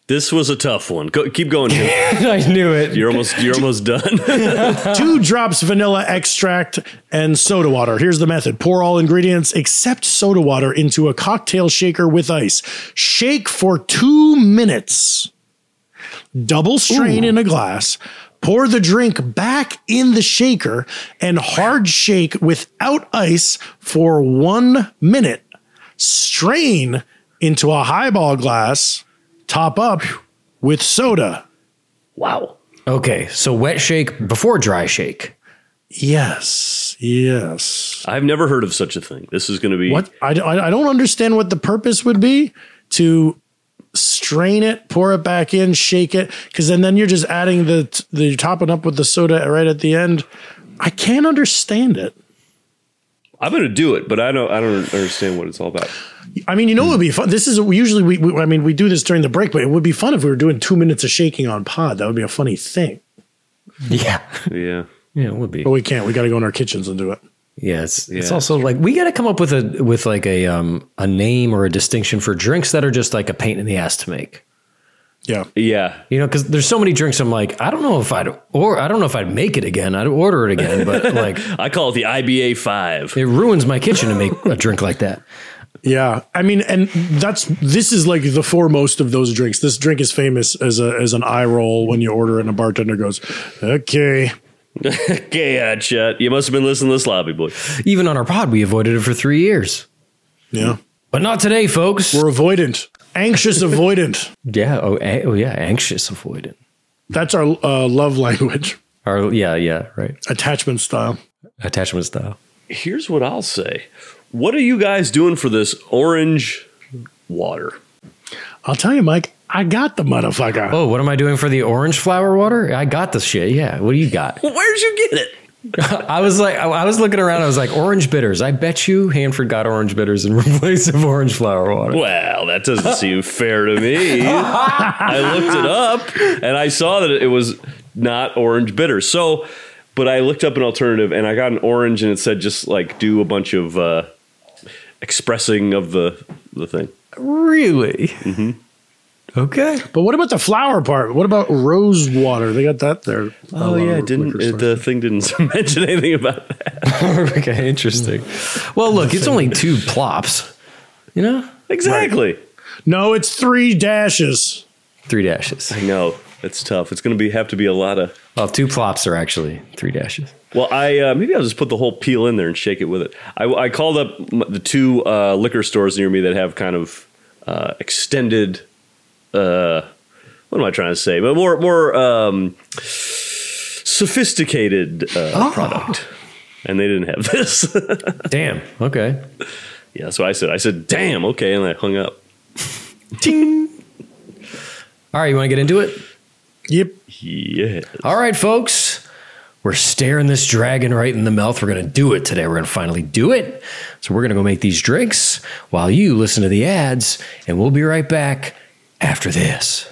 S3: This was a tough one. Go, keep going. Jim.
S2: I knew it.
S3: You're almost. You're almost done.
S4: Two drops vanilla extract and soda water. Here's the method pour all ingredients except soda water into a cocktail shaker with ice. Shake for two minutes. Double strain in a glass. Pour the drink back in the shaker and hard shake without ice for one minute. Strain into a highball glass. Top up with soda.
S3: wow.
S2: okay, so wet shake before dry shake.
S4: Yes. Yes.
S3: I've never heard of such a thing. This is going to be
S4: What I, I, I don't understand what the purpose would be to strain it, pour it back in, shake it, because then then you're just adding the the you're topping up with the soda right at the end. I can't understand it.
S3: I'm going to do it, but I don't. I don't understand what it's all about.
S4: I mean, you know, it would be fun. This is we usually we, we I mean we do this during the break, but it would be fun if we were doing two minutes of shaking on pod. That would be a funny thing.
S2: Yeah.
S3: Yeah.
S2: Yeah, it would be.
S4: But we can't. We got to go in our kitchens and do it.
S2: Yeah, it's it's
S3: Yeah.
S2: also like we got to come up with a with like a um a name or a distinction for drinks that are just like a pain in the ass to make.
S4: Yeah.
S3: Yeah.
S2: You know, because there's so many drinks. I'm like, I don't know if I'd or I don't know if I'd make it again. I'd order it again, but like
S3: I call it the IBA five.
S2: it ruins my kitchen to make a drink like that.
S4: Yeah, I mean, and that's this is like the foremost of those drinks. This drink is famous as a as an eye roll when you order it, and a bartender goes, "Okay,
S3: Okay, uh, chat. You must have been listening to this lobby boy.
S2: Even on our pod, we avoided it for three years,
S4: yeah,
S2: but not today, folks.
S4: we're avoidant, anxious avoidant."
S2: yeah. Oh, a- oh, yeah. Anxious avoidant.
S4: That's our uh, love language,
S2: Or yeah, yeah. Right.
S4: attachment style.
S2: Attachment style.
S3: Here's what I'll say. What are you guys doing for this orange water?
S4: I'll tell you, Mike, I got the motherfucker.
S2: Oh, what am I doing for the orange flower water? I got this shit. Yeah. What do you got?
S3: Where'd you get it?
S2: I was like, I I was looking around. I was like, orange bitters. I bet you Hanford got orange bitters in place of orange flower water.
S3: Well, that doesn't seem fair to me. I looked it up and I saw that it was not orange bitter. So, but I looked up an alternative and I got an orange and it said just like do a bunch of uh, expressing of the the thing.
S2: Really? Mm-hmm. Okay.
S4: But what about the flower part? What about rose water? They got that there.
S3: Oh, yeah, it didn't it, the thing didn't mention anything about that.
S2: okay, interesting. Well, look, it's only two plops. You know,
S3: Exactly.
S4: No, it's three dashes.
S2: three dashes.
S3: I know it's tough. It's going to be have to be a lot of.
S2: Well, two plops are actually three dashes.
S3: Well, I uh, maybe I'll just put the whole peel in there and shake it with it. I, I called up m- the two uh, liquor stores near me that have kind of uh, extended. Uh, what am I trying to say? But more more um, sophisticated uh, product, and they didn't have this.
S2: Damn. Okay.
S3: yeah, that's what I said. I said, "Damn, okay," and I hung up.
S2: All right, you want to get into it?
S4: Yep.
S3: Yeah,
S2: All right, folks. We're staring this dragon right in the mouth. We're going to do it today. We're going to finally do it. So we're going to go make these drinks while you listen to the ads, and we'll be right back after this.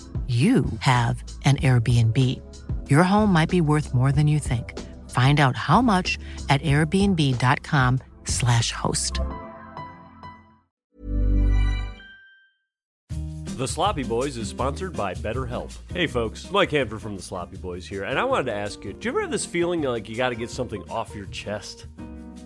S6: you have an Airbnb. Your home might be worth more than you think. Find out how much at airbnb.com/slash host.
S3: The Sloppy Boys is sponsored by BetterHelp. Hey, folks, Mike Hanford from The Sloppy Boys here, and I wanted to ask you do you ever have this feeling like you got to get something off your chest?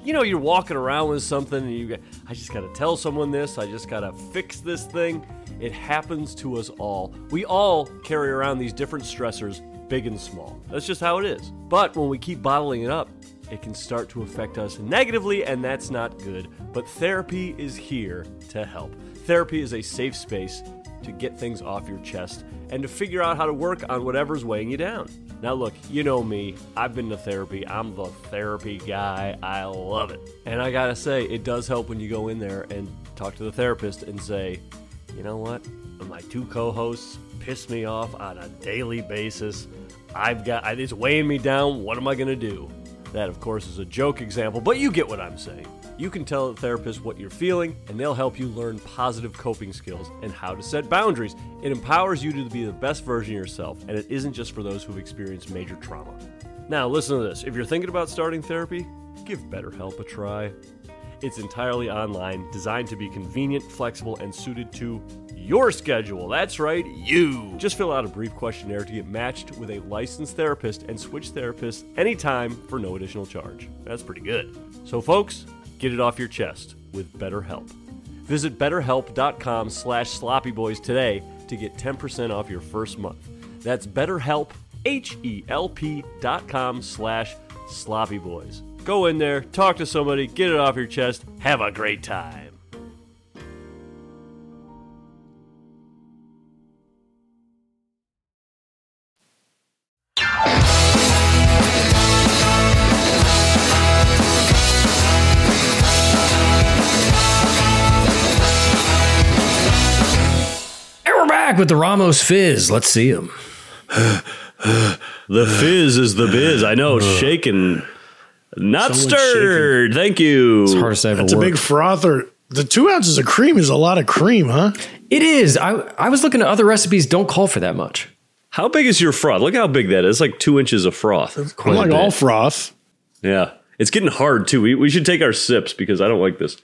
S3: You know, you're walking around with something and you go, I just got to tell someone this, I just got to fix this thing. It happens to us all. We all carry around these different stressors, big and small. That's just how it is. But when we keep bottling it up, it can start to affect us negatively, and that's not good. But therapy is here to help. Therapy is a safe space to get things off your chest and to figure out how to work on whatever's weighing you down. Now, look, you know me. I've been to therapy. I'm the therapy guy. I love it. And I gotta say, it does help when you go in there and talk to the therapist and say, you know what? My two co hosts piss me off on a daily basis. I've got, it's weighing me down. What am I gonna do? That, of course, is a joke example, but you get what I'm saying. You can tell the therapist what you're feeling, and they'll help you learn positive coping skills and how to set boundaries. It empowers you to be the best version of yourself, and it isn't just for those who've experienced major trauma. Now, listen to this if you're thinking about starting therapy, give BetterHelp a try. It's entirely online, designed to be convenient, flexible, and suited to your schedule. That's right, you. Just fill out a brief questionnaire to get matched with a licensed therapist and switch therapists anytime for no additional charge. That's pretty good. So folks, get it off your chest with BetterHelp. Visit betterhelp.com slash sloppyboys today to get 10% off your first month. That's betterhelp, H-E-L-P dot com slash sloppyboys. Go in there, talk to somebody, get it off your chest, have a great time.
S2: And we're back with the Ramos Fizz. Let's see him.
S3: The fizz is the biz. I know, shaken, not
S4: Someone's
S3: stirred. Thank you.
S2: It's the hardest I ever
S4: That's a
S2: worked.
S4: big frother. The two ounces of cream is a lot of cream, huh?
S2: it is. I, I was looking at other recipes. Don't call for that much.
S3: How big is your froth? Look how big that is. It's like two inches of froth.
S2: Quite a
S4: like
S2: bit.
S4: all froth.
S3: Yeah. It's getting hard too. We, we should take our sips because I don't like this.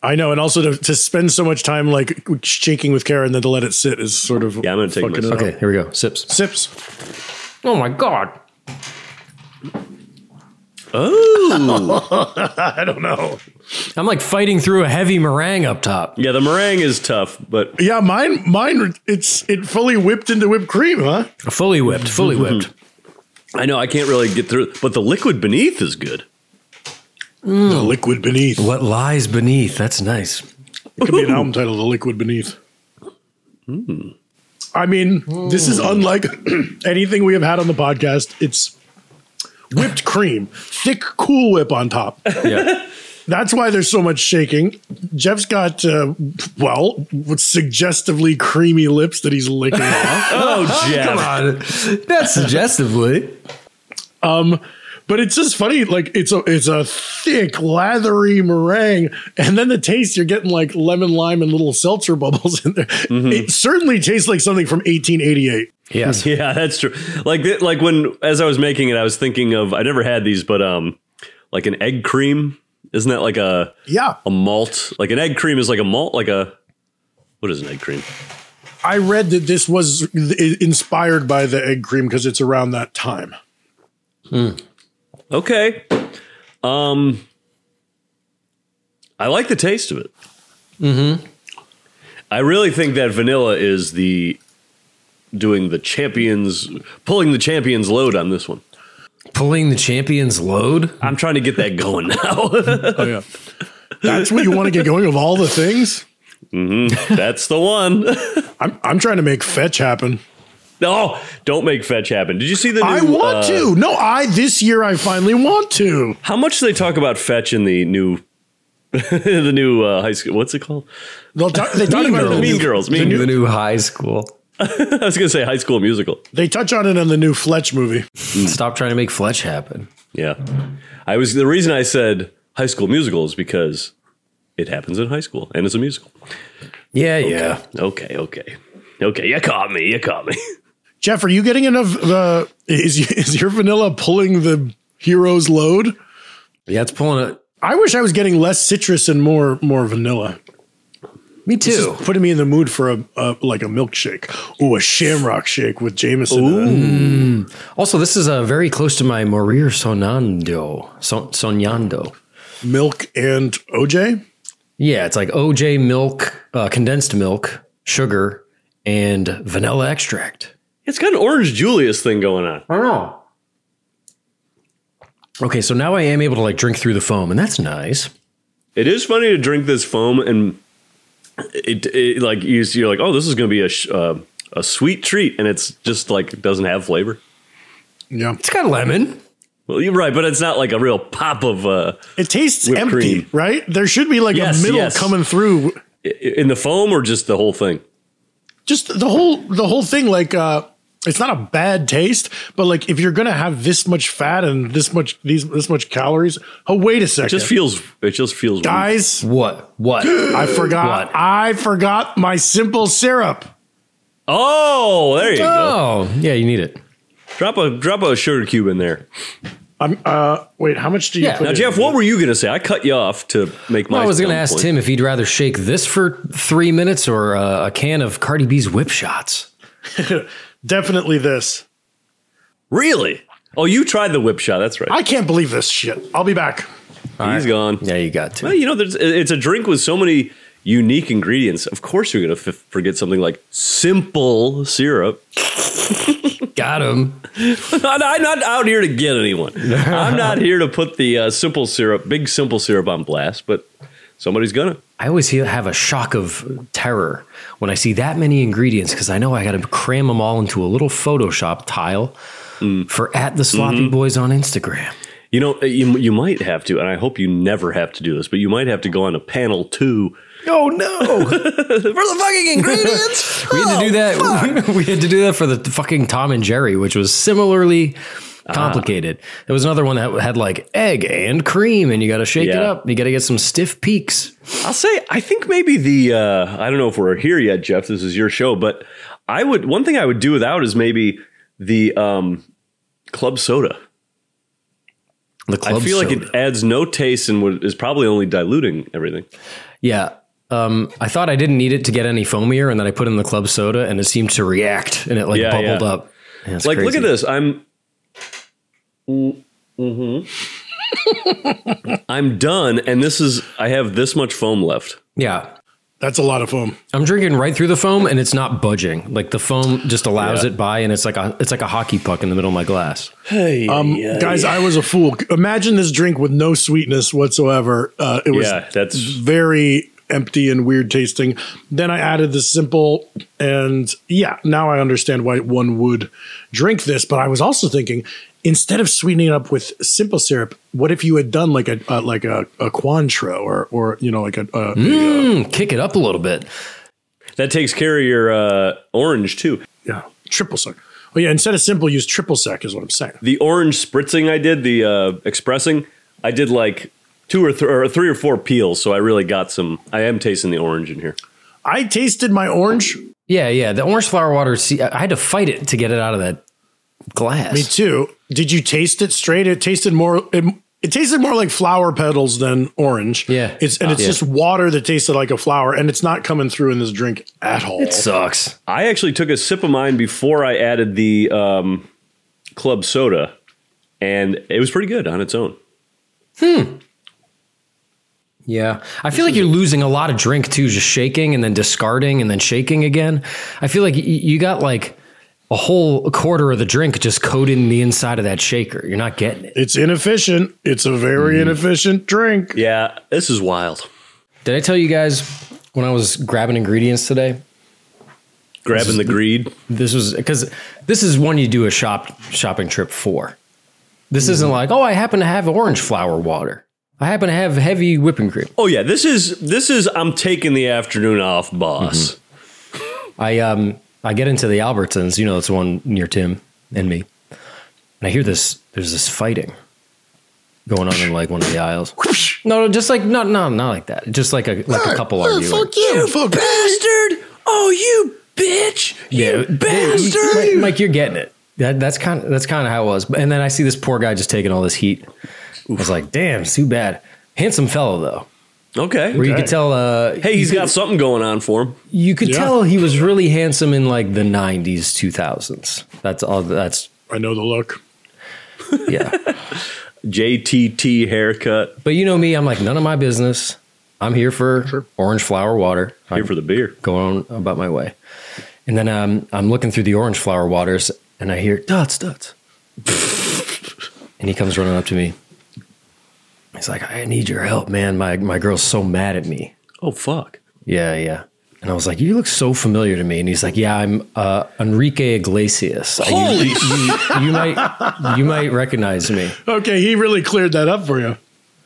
S4: I know, and also to, to spend so much time like shaking with care and then to let it sit is sort of
S3: Yeah, I'm gonna take my
S4: fucking
S3: sip.
S4: it up.
S2: Okay, Oh here we go. Sips.
S4: sips.
S2: Oh my god.
S3: Oh,
S4: I don't know.
S2: I'm like fighting through a heavy meringue up top.
S3: Yeah, the meringue is tough, but
S4: Yeah, mine, mine, it's it fully whipped into whipped cream, huh?
S2: Fully whipped, fully whipped.
S3: I know I can't really get through. But the liquid beneath is good.
S4: The liquid beneath.
S2: What lies beneath? That's nice.
S4: It could be an album title, The Liquid Beneath. Hmm. I mean, this is unlike anything we have had on the podcast. It's whipped cream, thick Cool Whip on top.
S2: Yeah.
S4: That's why there's so much shaking. Jeff's got, uh, well, suggestively creamy lips that he's licking off.
S3: Oh,
S2: Come
S3: Jeff.
S2: on. That's suggestively.
S4: But it's just funny, like it's a it's a thick, leathery meringue, and then the taste you're getting like lemon, lime, and little seltzer bubbles in there. It certainly tastes like something from 1888.
S2: Yes.
S3: Yeah, that's true. Like th- like when as I was making it, I was thinking of I never had these, but um, like an egg cream. Isn't that like a
S4: Yeah,
S3: a malt? Like an egg cream is like a malt, like a what is an egg cream?
S4: I read that this was i- inspired by the egg cream because it's around that time.
S3: Okay. Um, I like the taste of it. Mm-hmm. I really think that vanilla is the doing the champions, pulling the champions load on this one.
S2: Pulling the champion's load.
S3: I'm trying to get that going now.
S4: Oh yeah, that's what you want to get going of all the things.
S3: That's the one.
S4: I'm I'm trying to make fetch happen.
S3: No, Oh, don't make fetch happen. Did you see the? New,
S4: I want
S3: uh,
S4: to. No, I this year I finally want to.
S3: How much do they talk about fetch in the new? the new uh, high school. What's it called?
S4: They'll talk, they talk
S3: Mean
S4: about it.
S3: Girls.
S4: in the
S3: Mean
S4: new-
S3: Girls.
S2: The
S3: Mean
S2: new, the new high school.
S3: I was gonna say High School Musical.
S4: They touch on it in the new Fletch movie.
S2: Stop trying to make Fletch happen.
S3: Yeah. I was the reason I said high school musical is because it happens in high school and it's a musical.
S2: Yeah, yeah.
S3: Okay, okay. Okay, you caught me. You caught me.
S4: Jeff, are you getting enough? Uh, is is your vanilla pulling the hero's load?
S2: Yeah, it's pulling it.
S4: I wish I was getting less citrus and more more vanilla.
S2: Me too.
S4: Putting me in the mood for a, a like a milkshake. Ooh, a shamrock shake with Jameson. in it.
S2: Also, this is uh, very close to my Morir Sonando. Son- soñando.
S4: Milk and OJ.
S2: Yeah, it's like OJ milk, uh, condensed milk, sugar, and vanilla extract.
S3: It's got an Orange Julius thing going on.
S2: I don't know. Okay, so now I am able to like drink through the foam, and that's nice.
S3: It is funny to drink this foam and it, it like you see, you're like, "Oh, this is going to be a sh- uh, a sweet treat," and it's just like doesn't have flavor.
S4: Yeah,
S2: It's got lemon.
S3: Well, you're right, but it's not like a real pop of uh
S4: it tastes
S3: Whipped
S4: empty,
S3: cream.
S4: right? There should be like
S3: Yes,
S4: a middle
S3: yes.
S4: coming through.
S3: i- in the foam or just the whole thing.
S4: Just the whole the whole thing. Like, uh, it's not a bad taste, but like if you're gonna have this much fat and this much these this much calories, oh wait a second,
S3: It just feels it just feels weird.
S4: guys.
S2: What? What?
S4: I forgot.
S2: What?
S4: I forgot my simple syrup.
S3: Oh, there you go.
S2: oh, yeah, you need it.
S3: Drop a drop a sugar cube in there.
S4: I'm uh wait, how much do you
S2: Yeah,
S4: put
S2: now,
S3: Now,
S4: in?
S3: Jeff, what were you going to say? I cut you off to make my.
S2: Well, I was going to
S3: dumb
S2: ask
S3: point.
S2: Tim if he'd rather shake this for three minutes or uh, a can of Cardi B's whip shots.
S4: Definitely this.
S3: Really? Oh, you tried the whip shot. That's right.
S4: I can't believe this shit. I'll be back.
S3: He's gone.
S2: Yeah, you got to.
S3: Well, you know, there's, it's a drink with so many unique ingredients. Of course, you're going to f- forget something like simple syrup.
S2: Got him.
S3: I'm not out here to get anyone. I'm not here to put the uh, simple syrup, big simple syrup, on blast. But somebody's gonna.
S2: I always feel, have a shock of terror when I see that many ingredients because I know I got to cram them all into a little Photoshop tile for at the sloppy boys on Instagram.
S3: You know, you, you might have to, and I hope you never have to do this, but you might have to go on a panel two.
S2: Oh no! for the fucking ingredients, we had to
S3: Oh,
S2: do that. we had to do that for the fucking Tom and Jerry, which was similarly
S3: Ah.
S2: complicated. There was another one that had like egg and cream, and you got to shake it
S3: Yeah.
S2: up. You got to get some stiff peaks.
S3: I'll say I think maybe the uh, I don't know if we're here yet, Jeff. This is your show, but I would one thing I would do without is maybe the um, club soda.
S2: The club
S3: I feel like
S2: soda.
S3: it adds no taste and would, is probably only diluting everything.
S2: Yeah. Um, I thought I didn't need it to get any foamier, and then I put in the club soda, and it seemed to react, and it like
S3: Yeah,
S2: bubbled
S3: yeah.
S2: up. Yeah, it's
S3: like, look
S2: crazy.
S3: at this. I'm. Mm, I'm done, and this is I have this much foam left.
S2: Yeah.
S4: That's a lot of foam.
S2: I'm drinking right through the foam and it's not budging. Like the foam just allows it by and it's like a it's like a hockey puck in the middle of my glass.
S4: Um, guys, I was a fool. Imagine this drink with no sweetness whatsoever. Uh, it was
S3: Yeah, that's-
S4: very empty and weird tasting. Then I added the simple, and yeah, now I understand why one would drink this. But I was also thinking, instead of sweetening it up with simple syrup, what if you had done like a uh, like a, a Cointreau or or you know like a, uh, a
S2: Mm, kick it up a little bit.
S3: That takes care of your uh, orange too.
S4: yeah triple sec? Oh yeah, instead of simple, use triple sec is what I'm saying.
S3: The orange spritzing I did, the uh, expressing, I did like two or, th- or three or four peels, so I really got some. I am tasting the orange in here.
S4: I tasted my orange.
S2: Yeah, yeah. The orange flower water see I I had to fight it to get it out of that glass.
S4: Me too. Did you taste it straight? It tasted more. It, it tasted more like flower petals than orange.
S2: Yeah. Ah,
S4: It's and it's
S2: Yeah.
S4: just water that tasted like a flower, and it's not coming through in this drink at all.
S2: It sucks.
S3: I actually took a sip of mine before I added the um, club soda, and it was pretty good on its own.
S2: Yeah. I feel like you're losing a lot of drink too, just shaking and then discarding and then shaking again. I feel like y- you got like a whole quarter of the drink just coated in the inside of that shaker. You're not getting it.
S4: it's inefficient. It's a very
S2: Mm-hmm.
S4: inefficient drink.
S3: Yeah, this is wild.
S2: Did I tell you guys when I was grabbing ingredients today?
S3: Grabbing the greed.
S2: This was because this is one you do a shop shopping trip for. This isn't like, oh, I happen to have orange flower water. I happen to have heavy whipping cream.
S3: Oh yeah, this is this is I'm taking the afternoon off, boss.
S2: I um I get into the Albertsons, you know, it's one near Tim and me. And I hear this there's this fighting going on in like one of the aisles. No, no, just like not no not like that. Just like a like a couple arguing.
S4: Oh, you, bastard! Oh, you bitch!
S2: Yeah, bastard! Mike, Mike, you're getting it. That, that's kind of that's kind of how it was. And then I see this poor guy just taking all this heat. I was like, damn, it's too bad. Handsome fellow though,
S3: Okay.
S2: where you could tell. Uh,
S3: Hey, he's got something going on for him.
S2: you could
S4: Yeah.
S2: tell he was really handsome in like the '90s, 2000s. That's all. That's
S4: I know the look.
S2: yeah.
S3: JTT haircut.
S2: but you know me, I'm like none of my business. I'm here for orange flower water.
S3: Here for the beer.
S2: go on about my way. And then um, I'm looking through the orange flower waters and I hear dots, dots. and he comes running up to me. He's like, I need your help, man. My, my girl's so mad at me.
S3: Oh fuck.
S2: Yeah, yeah. And I was like, you look so familiar to me. And he's like, yeah, I'm uh, Enrique Iglesias. Holy you, you, you might you might recognize me.
S4: Okay, he really cleared that up for you.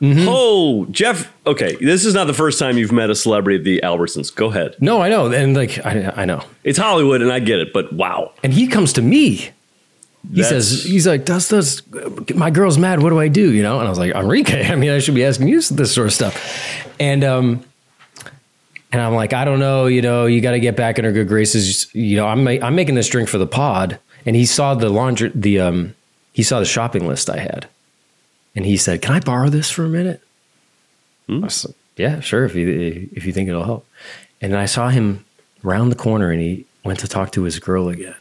S3: Oh, Jeff. Okay, this is not the first time you've met a celebrity at the Albertsons. Go ahead.
S2: No, I know. And like, I, I know.
S3: It's Hollywood, and I get it, but wow.
S2: And he comes to me. He
S3: That's-
S2: says, he's like, does this, my girl's mad. What do I do? You know? And I was like, Enrique, I mean, I should be asking you this sort of stuff. And, um, and I'm like, I don't know, you know, you got to get back in her good graces. You know, I'm, ma- I'm making this drink for the pod. And he saw the laundry, the, um, he saw the shopping list I had. And he said, can I borrow this for a minute? I was like, yeah, sure. If you, if you think it'll help. And I saw him round the corner and he went to talk to his girl again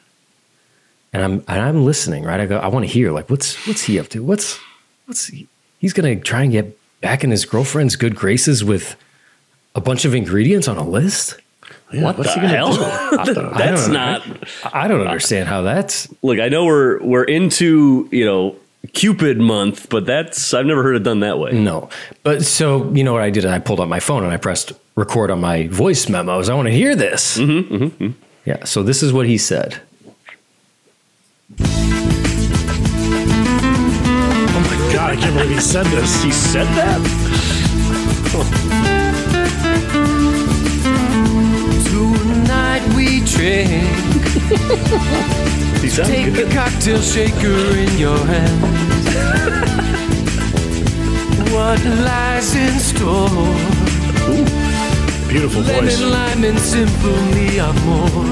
S2: and I'm and I'm listening, right? I go, I want to hear like what's what's he up to? What's what's he, he's gonna try and get back in his girlfriend's good graces with a bunch of ingredients on a list?
S3: what the hell? That's not.
S2: I don't understand how that's
S3: Look, I know we're we're into you know Cupid month, but that's I've never heard it done that way.
S2: no. But so you know what I did? I pulled up my phone and I pressed record on my voice memos. I want to hear this.
S3: Mm-hmm,
S2: Yeah. So this is what he said.
S4: Mm-hmm. God, I can't believe he said this.
S3: He said that.
S5: Tonight we drink.
S3: He
S5: Take
S3: sounded
S5: a
S3: good.
S5: cocktail shaker in your hand. what lies in store?
S4: Beautiful voice.
S5: Lemon, lime, and simply amor.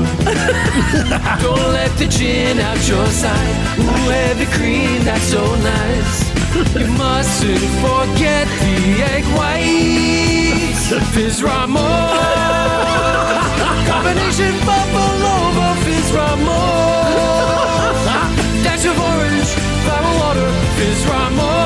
S5: Don't let the gin out your sight. Ooh, heavy cream, that's so nice. You mustn't forget the egg whites. Fizz Ramos. Combination buffalo over Fizz Ramos. Dash of orange, flower water, Fizz Ramos.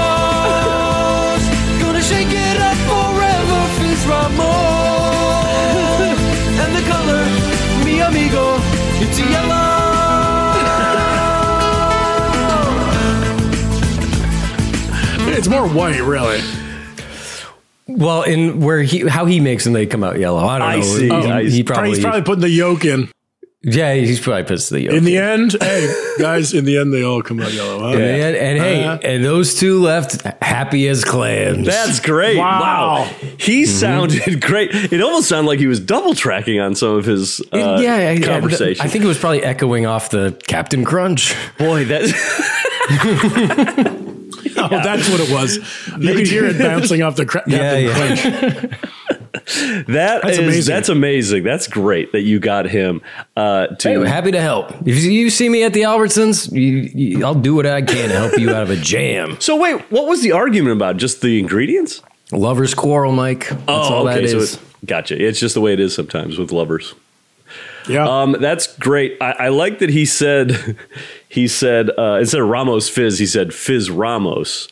S4: it's more white, really.
S2: Well, in where he how he makes them, they come out yellow. I don't
S4: I
S2: know.
S4: see,
S2: He,
S4: I
S2: he
S4: see.
S2: probably,
S4: He's probably putting the yolk in.
S2: yeah, he's probably pissed at the yolk.
S4: In the end, hey guys, in the end they all come out yellow. Huh?
S2: In the end- and hey,
S4: Uh-huh.
S2: and those two left happy as clams.
S3: That's great. Wow.
S4: Wow.
S3: He sounded great. It almost sounded like he was double tracking on some of his
S2: It-
S3: uh,
S2: yeah, I- I-
S3: conversation.
S2: I, think it was probably echoing off the Captain Crunch.
S3: boy, that
S4: oh, that's what it was. You could hear it bouncing off the crap.
S2: Yeah, yeah.
S3: that's
S4: That's
S3: amazing.
S4: amazing.
S3: That's amazing. That's great that you got him uh, to.
S2: Hey, happy to help. If you see me at the Albertsons, you, you, I'll do what I can to help you out of a jam.
S3: so wait, what was the argument about? Just the ingredients?
S2: Lovers quarrel, Mike. That's all that
S3: Oh, so
S2: is.
S3: it- gotcha. It's just the way it is sometimes with lovers.
S4: Yeah.
S3: Um, that's great. I, I like that he said he said uh, instead of Ramos Fizz, he said Fizz Ramos.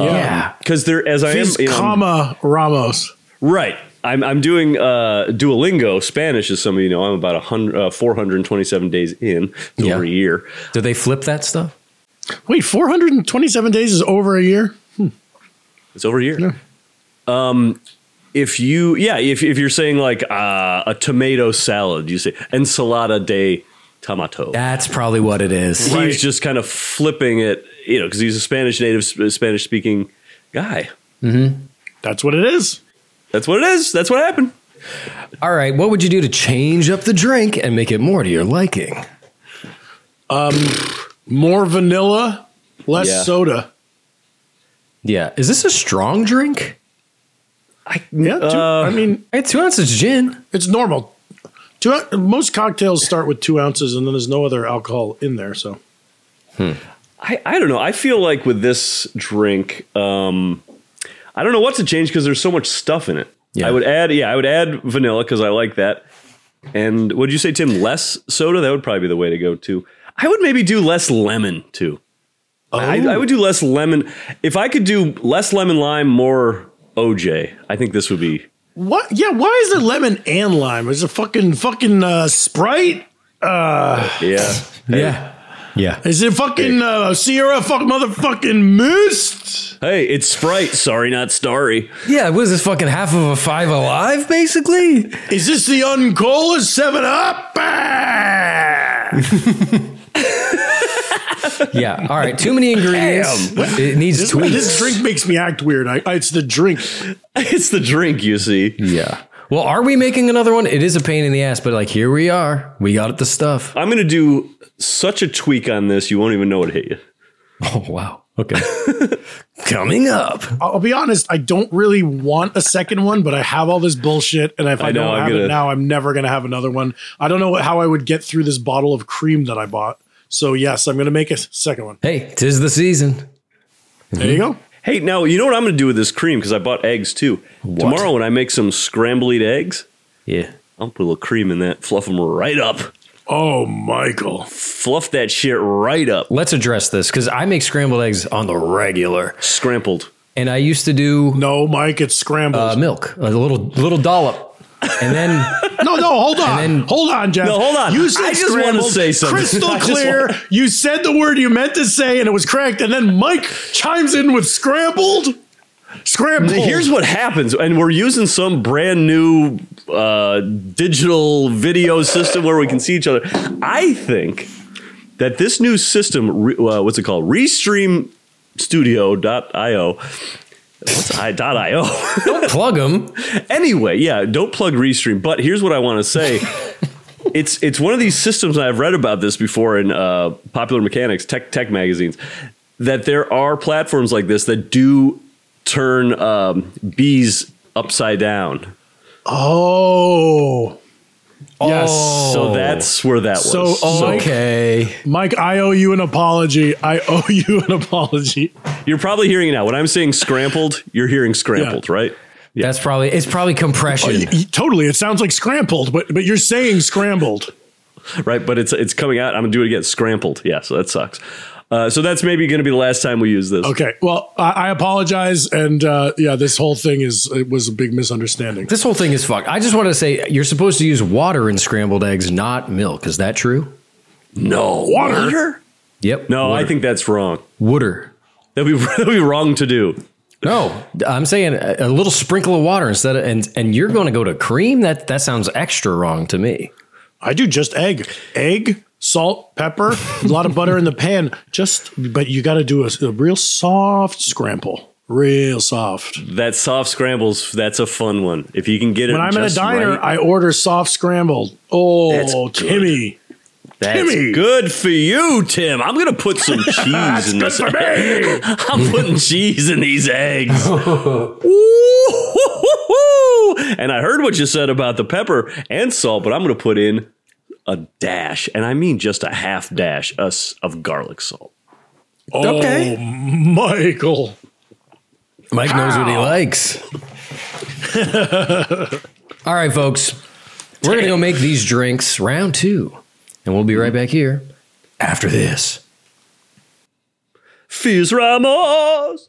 S3: oh.
S2: yeah.
S3: Because there, as I
S4: He's
S3: am, you know, I'm-
S4: comma Ramos.
S3: Right. I'm, I'm doing uh, Duolingo Spanish, as some of you know. I'm about 100, uh, 427 days in It's
S2: Yeah.
S3: over a year.
S2: Do they flip that stuff?
S4: Wait, 427 days is over a year?
S3: It's over a year. Um, if you, yeah, if, if you're saying like uh, a tomato salad, you say ensalada de tomato.
S2: That's probably what it is.
S3: he's just kind of flipping it, you know, because he's a Spanish native, sp- Spanish speaking guy.
S4: That's what it is.
S3: That's what it is. That's what happened.
S2: All right, what would you do to change up the drink and make it more to your liking?
S4: More vanilla, less
S3: Yeah.
S4: soda.
S2: Yeah. Is this a strong drink?
S4: Yeah, two, I mean,
S2: I had two ounces gin.
S4: it's normal. Two, ou- most cocktails start with two ounces, and then there's no other alcohol in there. So
S3: I, I don't know. I feel like with this drink, um, I don't know what to change because there's so much stuff in it.
S2: Yeah.
S3: I would add, yeah, I would add vanilla because I like that. And would you say, Tim, less soda? That would probably be the way to go too. I would maybe do less lemon too. I, I would do less lemon. If I could do less lemon lime, more OJ, I think this would be.
S4: what? Yeah, why is there lemon and lime? Is it fucking fucking uh, Sprite? Uh,
S3: Yeah.
S2: Yeah. Yeah.
S4: Is it fucking uh, Sierra? Fuck motherfucking mist?
S3: Hey, it's Sprite. Sorry, not Starry.
S2: Yeah, what is this fucking half of a five alive, basically?
S4: Is this the Uncola Seven Up?
S2: Yeah. All right. Too many ingredients. It needs
S4: This,
S2: tweaks.
S4: this drink makes me act weird. I, I- it's the drink.
S3: It's the drink, you see.
S2: Yeah. Well, are we making another one? It is a pain in the ass, but like here we are. We got the stuff.
S3: I'm going to do such a tweak on this, you won't even know what hit you.
S2: Oh wow. Okay. Coming up.
S4: I'll I'll be honest. I don't really want a second one, but I have all this bullshit, and if I,
S3: I know,
S4: don't
S3: I'm
S4: have
S3: gonna-
S4: it now, I'm never gonna have another one. I don't know how I would get through this bottle of cream that I bought. So yes, I'm gonna make a s- second one.
S2: Hey, tis the season.
S4: There you go.
S3: Hey, now you know what I'm going to do with this cream because I bought eggs too. Tomorrow when I make some scrambled eggs,
S2: Yeah.
S3: I'll put a little cream in that, fluff them right up,
S4: Oh, Michael.
S3: fluff that shit right up,
S2: Let's address this because I make scrambled eggs on the regular,
S3: scrambled.
S2: and I used to do
S4: No, Mike, it's scrambled.
S2: uh, milk, a little little dollop, and then
S4: no, no, hold on, hold on, Jeff.
S3: No, hold on.
S4: You said
S3: I just wanna
S4: scrambled,
S3: say something. I
S4: crystal
S3: just
S4: clear.
S3: wanna-
S4: You said the word you meant to say, and it was correct. And then Mike chimes in with scrambled. Scrambled.
S3: Here's what happens, and we're using some brand new uh, digital video system where we can see each other. I think that this new system, re- uh, what's it called, RestreamStudio.io. What's I, dot io?
S2: don't plug them.
S3: Anyway, yeah, don't plug Restream. But here's what I want to say. it's it's one of these systems and I've read about this before in uh, popular mechanics tech tech magazines that there are platforms like this that do turn um, bees upside down.
S4: Oh. Yes.
S3: So that's where that was.
S4: Oh. So, oh,
S2: Okay.
S4: Mike, I owe you an apology. I owe you an apology.
S3: you're probably hearing it now. When I'm saying scrambled, you're hearing scrambled, right?
S2: That's probably it's probably compression.
S4: Y- Totally. It sounds like scrambled, but but you're saying scrambled.
S3: Right, but it's it's coming out. I'm gonna do it again. Scrambled. Yeah, so that sucks. Uh, so that's maybe gonna be the last time we use this.
S4: Okay. Well, I, I apologize, and uh, yeah, this whole thing is it was a big misunderstanding.
S2: This whole thing is fucked. I just want to say you're supposed to use water in scrambled eggs, not milk. Is that true?
S3: No water.
S2: Yep.
S3: No, I
S2: water.
S3: think that's wrong.
S2: water.
S3: That'd be, that'd be wrong to do.
S2: No, I'm saying a, a little sprinkle of water instead of and and you're going to go to cream. That that sounds extra wrong to me.
S4: I do just egg, egg, salt, pepper, a lot of butter in the pan. Just, but you got to do a, a real soft scramble, real soft.
S3: That soft scrambles, that's a fun one. If you can get it
S4: When I'm in a
S3: just
S4: diner,
S3: right,
S4: I order soft scrambled. Oh,
S3: That's good.
S4: Timmy,
S3: that's
S4: Timmy.
S3: good for you, Tim. I'm going to put some cheese in this. I'm putting cheese in these eggs. Ooh, and I heard what you said about the pepper and salt, but I'm going to put in a dash, and I mean just a half dash us- of garlic salt.
S4: oh, Michael.
S2: Mike knows what he likes. All right, folks. We're going to go make these drinks round two, and we'll be right back here after this.
S3: Fizz Ramos.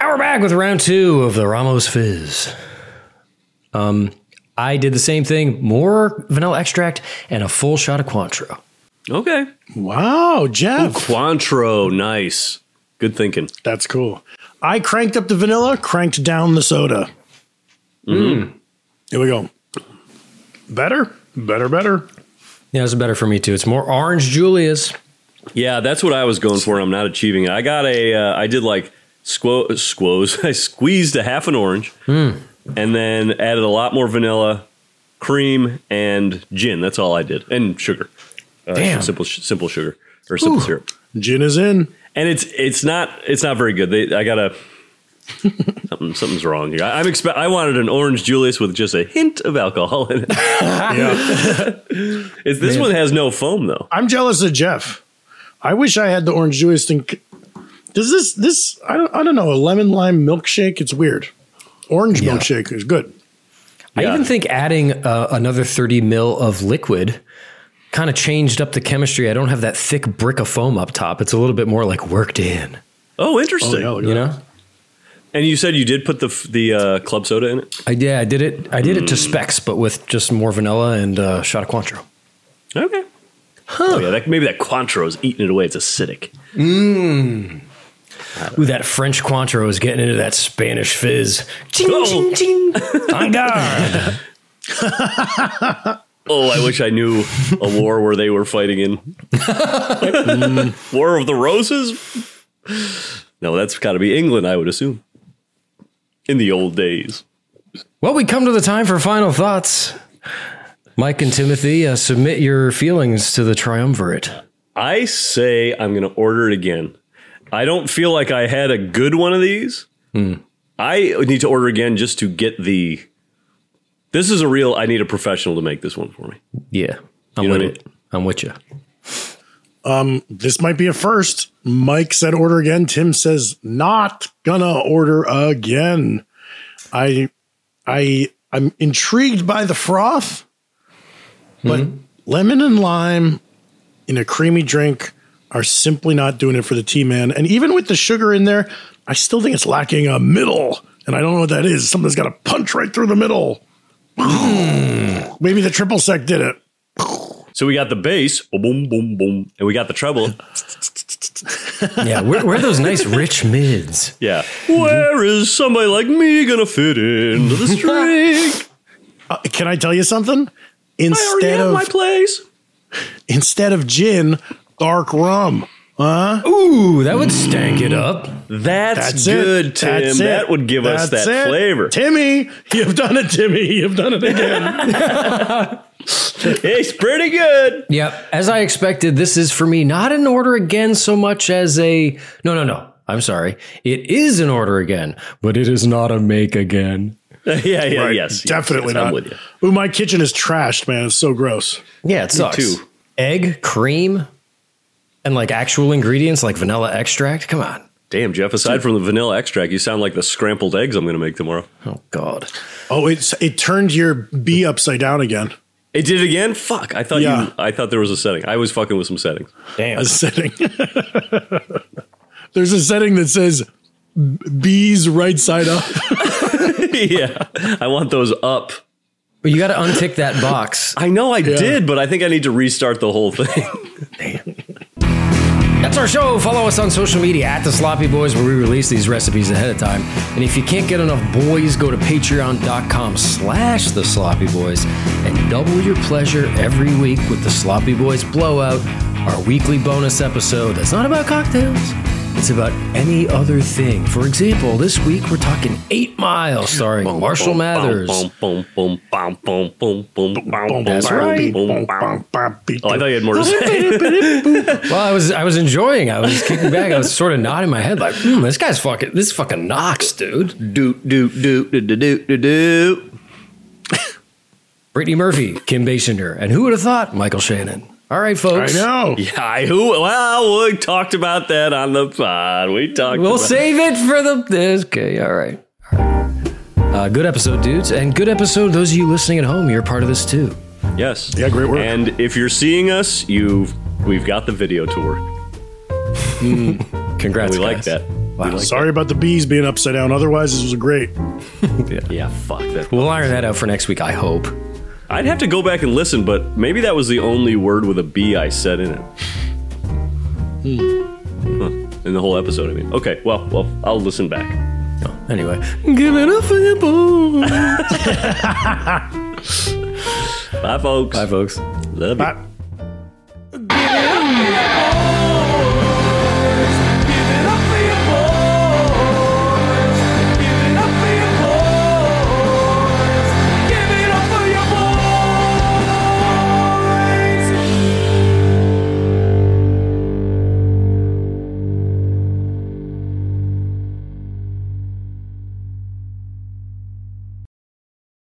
S2: And we're back with round two of the Ramos Fizz. Um, I did the same thing more vanilla extract and a full shot of Cointreau.
S3: Okay.
S4: Wow, Jeff.
S3: Quantro, nice. Good thinking.
S4: That's cool. I cranked up the vanilla, cranked down the soda.
S3: Mm.
S4: Here we go. Better, better, better.
S2: Yeah, it's better for me too. It's more orange Julius.
S3: Yeah, that's what I was going for. I'm not achieving it. I got a, uh, I did like squo- squoze. I squeezed a half an orange and then added a lot more vanilla, cream, and gin. That's all I did. And sugar. Uh,
S2: Damn.
S3: Simple, simple sugar or simple syrup.
S4: Gin is in.
S3: And it's, it's not, it's not very good. They, I got to, something, something's wrong here. I, I'm expect, I wanted an orange Julius with just a hint of alcohol in it.
S4: Yeah.
S3: It's, this one has no foam though.
S4: I'm jealous of Jeff. I wish I had the orange Julius thing. Does this this I don't I don't know, a lemon lime milkshake? It's weird. Orange milkshake is good.
S2: I even think adding uh, another 30 mil of liquid kind of changed up the chemistry. I don't have that thick brick of foam up top. It's a little bit more like worked in,
S3: Oh, interesting.
S4: yeah, look at
S2: you
S4: that.
S2: know?
S3: And you said you did put the f- the uh, club soda in it.
S2: I, yeah, I did it. I did it to specs, but with just more vanilla and uh, shot of Cointreau.
S3: Okay. Oh yeah, that, maybe that Cointreau is eating it away. It's acidic.
S2: Ooh, that French Cointreau is getting into that Spanish fizz. Ching,
S3: Oh.
S2: ching, ching. En garde.
S3: Oh, I wish I knew a war where they were fighting in. Mm, war of the Roses. No, that's got to be England, I would assume. In the old days.
S2: Well, we come to the time for final thoughts. Mike and Timothy, uh, submit your feelings to the triumvirate.
S3: I say I'm going to order it again. I don't feel like I had a good one of these. I need to order again just to get the. This is a real. I need a professional to make this one for me.
S2: Yeah, I'm
S3: You know
S2: with
S3: what I
S2: it. I'm with you.
S4: This might be a first. Mike said order again. Tim says not gonna order again. I I I'm intrigued by the froth, but lemon and lime in a creamy drink are simply not doing it for the tea man. And even with the sugar in there, I still think it's lacking a middle. And I don't know what that is. Something's got to punch right through the middle. Maybe the triple sec did it.
S3: oh, So we got the bass, boom, boom, boom, and we got the treble.
S2: yeah, where, where are those nice rich mids?
S3: Yeah. Where is somebody like me gonna fit into the string?
S4: Uh, can I tell you
S3: I
S4: something?
S3: already
S4: Instead
S3: have
S4: of
S3: my place.
S4: instead of gin, dark rum. Huh?
S2: Ooh, that would stank it up.
S3: That's,
S4: That's
S3: good,
S4: it.
S3: Tim.
S4: That's it.
S3: that would give us
S4: That's
S3: that
S4: it.
S3: flavor.
S4: Timmy, you've done it, Timmy. You've done it again.
S3: It's pretty good.
S2: Yeah, as I expected, this is for me not an order again so much as a no, no, no. I'm sorry. It is an order again, but it is not a make again.
S3: yeah, yeah, yes. yes,
S4: Definitely
S3: yes,
S4: not.
S3: I'm with you.
S4: Ooh, my kitchen is trashed, man. It's so gross.
S2: Yeah, it sucks.
S3: too.
S2: Egg, cream, and like actual ingredients like vanilla extract. Come on.
S3: Damn, Jeff, aside from the vanilla extract, you sound like the scrambled eggs I'm going to make tomorrow.
S2: Oh God.
S4: Oh, it's it turned your B upside down again.
S3: It did it again? Fuck. I thought
S4: Yeah.
S3: you I thought there was a setting. I was fucking with some settings.
S4: A setting. There's a setting that says B's right side up.
S3: yeah. I want those up.
S2: But you got to untick that box.
S3: I know I did, but I think I need to restart the whole thing.
S2: That's our show. Follow us on social media at the Sloppy Boys, where we release these recipes ahead of time. And if you can't get enough boys, go to patreon.com slash the Sloppy Boys and double your pleasure every week with the Sloppy Boys Blowout, our weekly bonus episode that's not about cocktails. It's about any other thing. For example, this week we're talking Eight Mile, starring Marshall Mathers.
S3: Boom, boom, boom, boom, boom, boom, boom, boom, boom,
S2: That's
S3: boom,
S2: right.
S3: boom, boom. Oh, I thought you had more to say.
S2: Well, I was I was enjoying. I was kicking back. I was sort of nodding my head like, hmm, this guy's fucking this fucking knocks, dude.
S3: Doot, doot, doot, doot, doot, doot, doot, doot.
S2: Brittany Murphy, Kim Basinger, and who would have thought Michael Shannon? All right,
S4: I
S2: folks.
S4: know.
S3: Yeah, I who well, we talked about that on the pod. We talked
S2: We'll
S3: about
S2: save it for the. this- Okay, all right. Uh, good episode, dudes, and good episode. Those of you listening at home, you're a part of this too.
S3: Yes.
S4: Yeah, great work.
S3: And if you're seeing us, you've we've got the video to work.
S2: Congrats,
S3: we like
S2: guys.
S3: that. We like
S4: Sorry about the bees being upside down. Otherwise, this was great.
S3: that. Yeah, fuck that.
S2: We'll iron that out for next week. I hope.
S3: I'd have to go back and listen, but maybe that was the only word with a B I said in it.
S2: Hmm.
S3: Huh. In the whole episode, I mean. Okay, well, well, I'll listen back.
S2: Oh, anyway, give it up for your boy.
S3: Bye, folks.
S2: Bye, folks.
S3: Love you.
S4: Bye.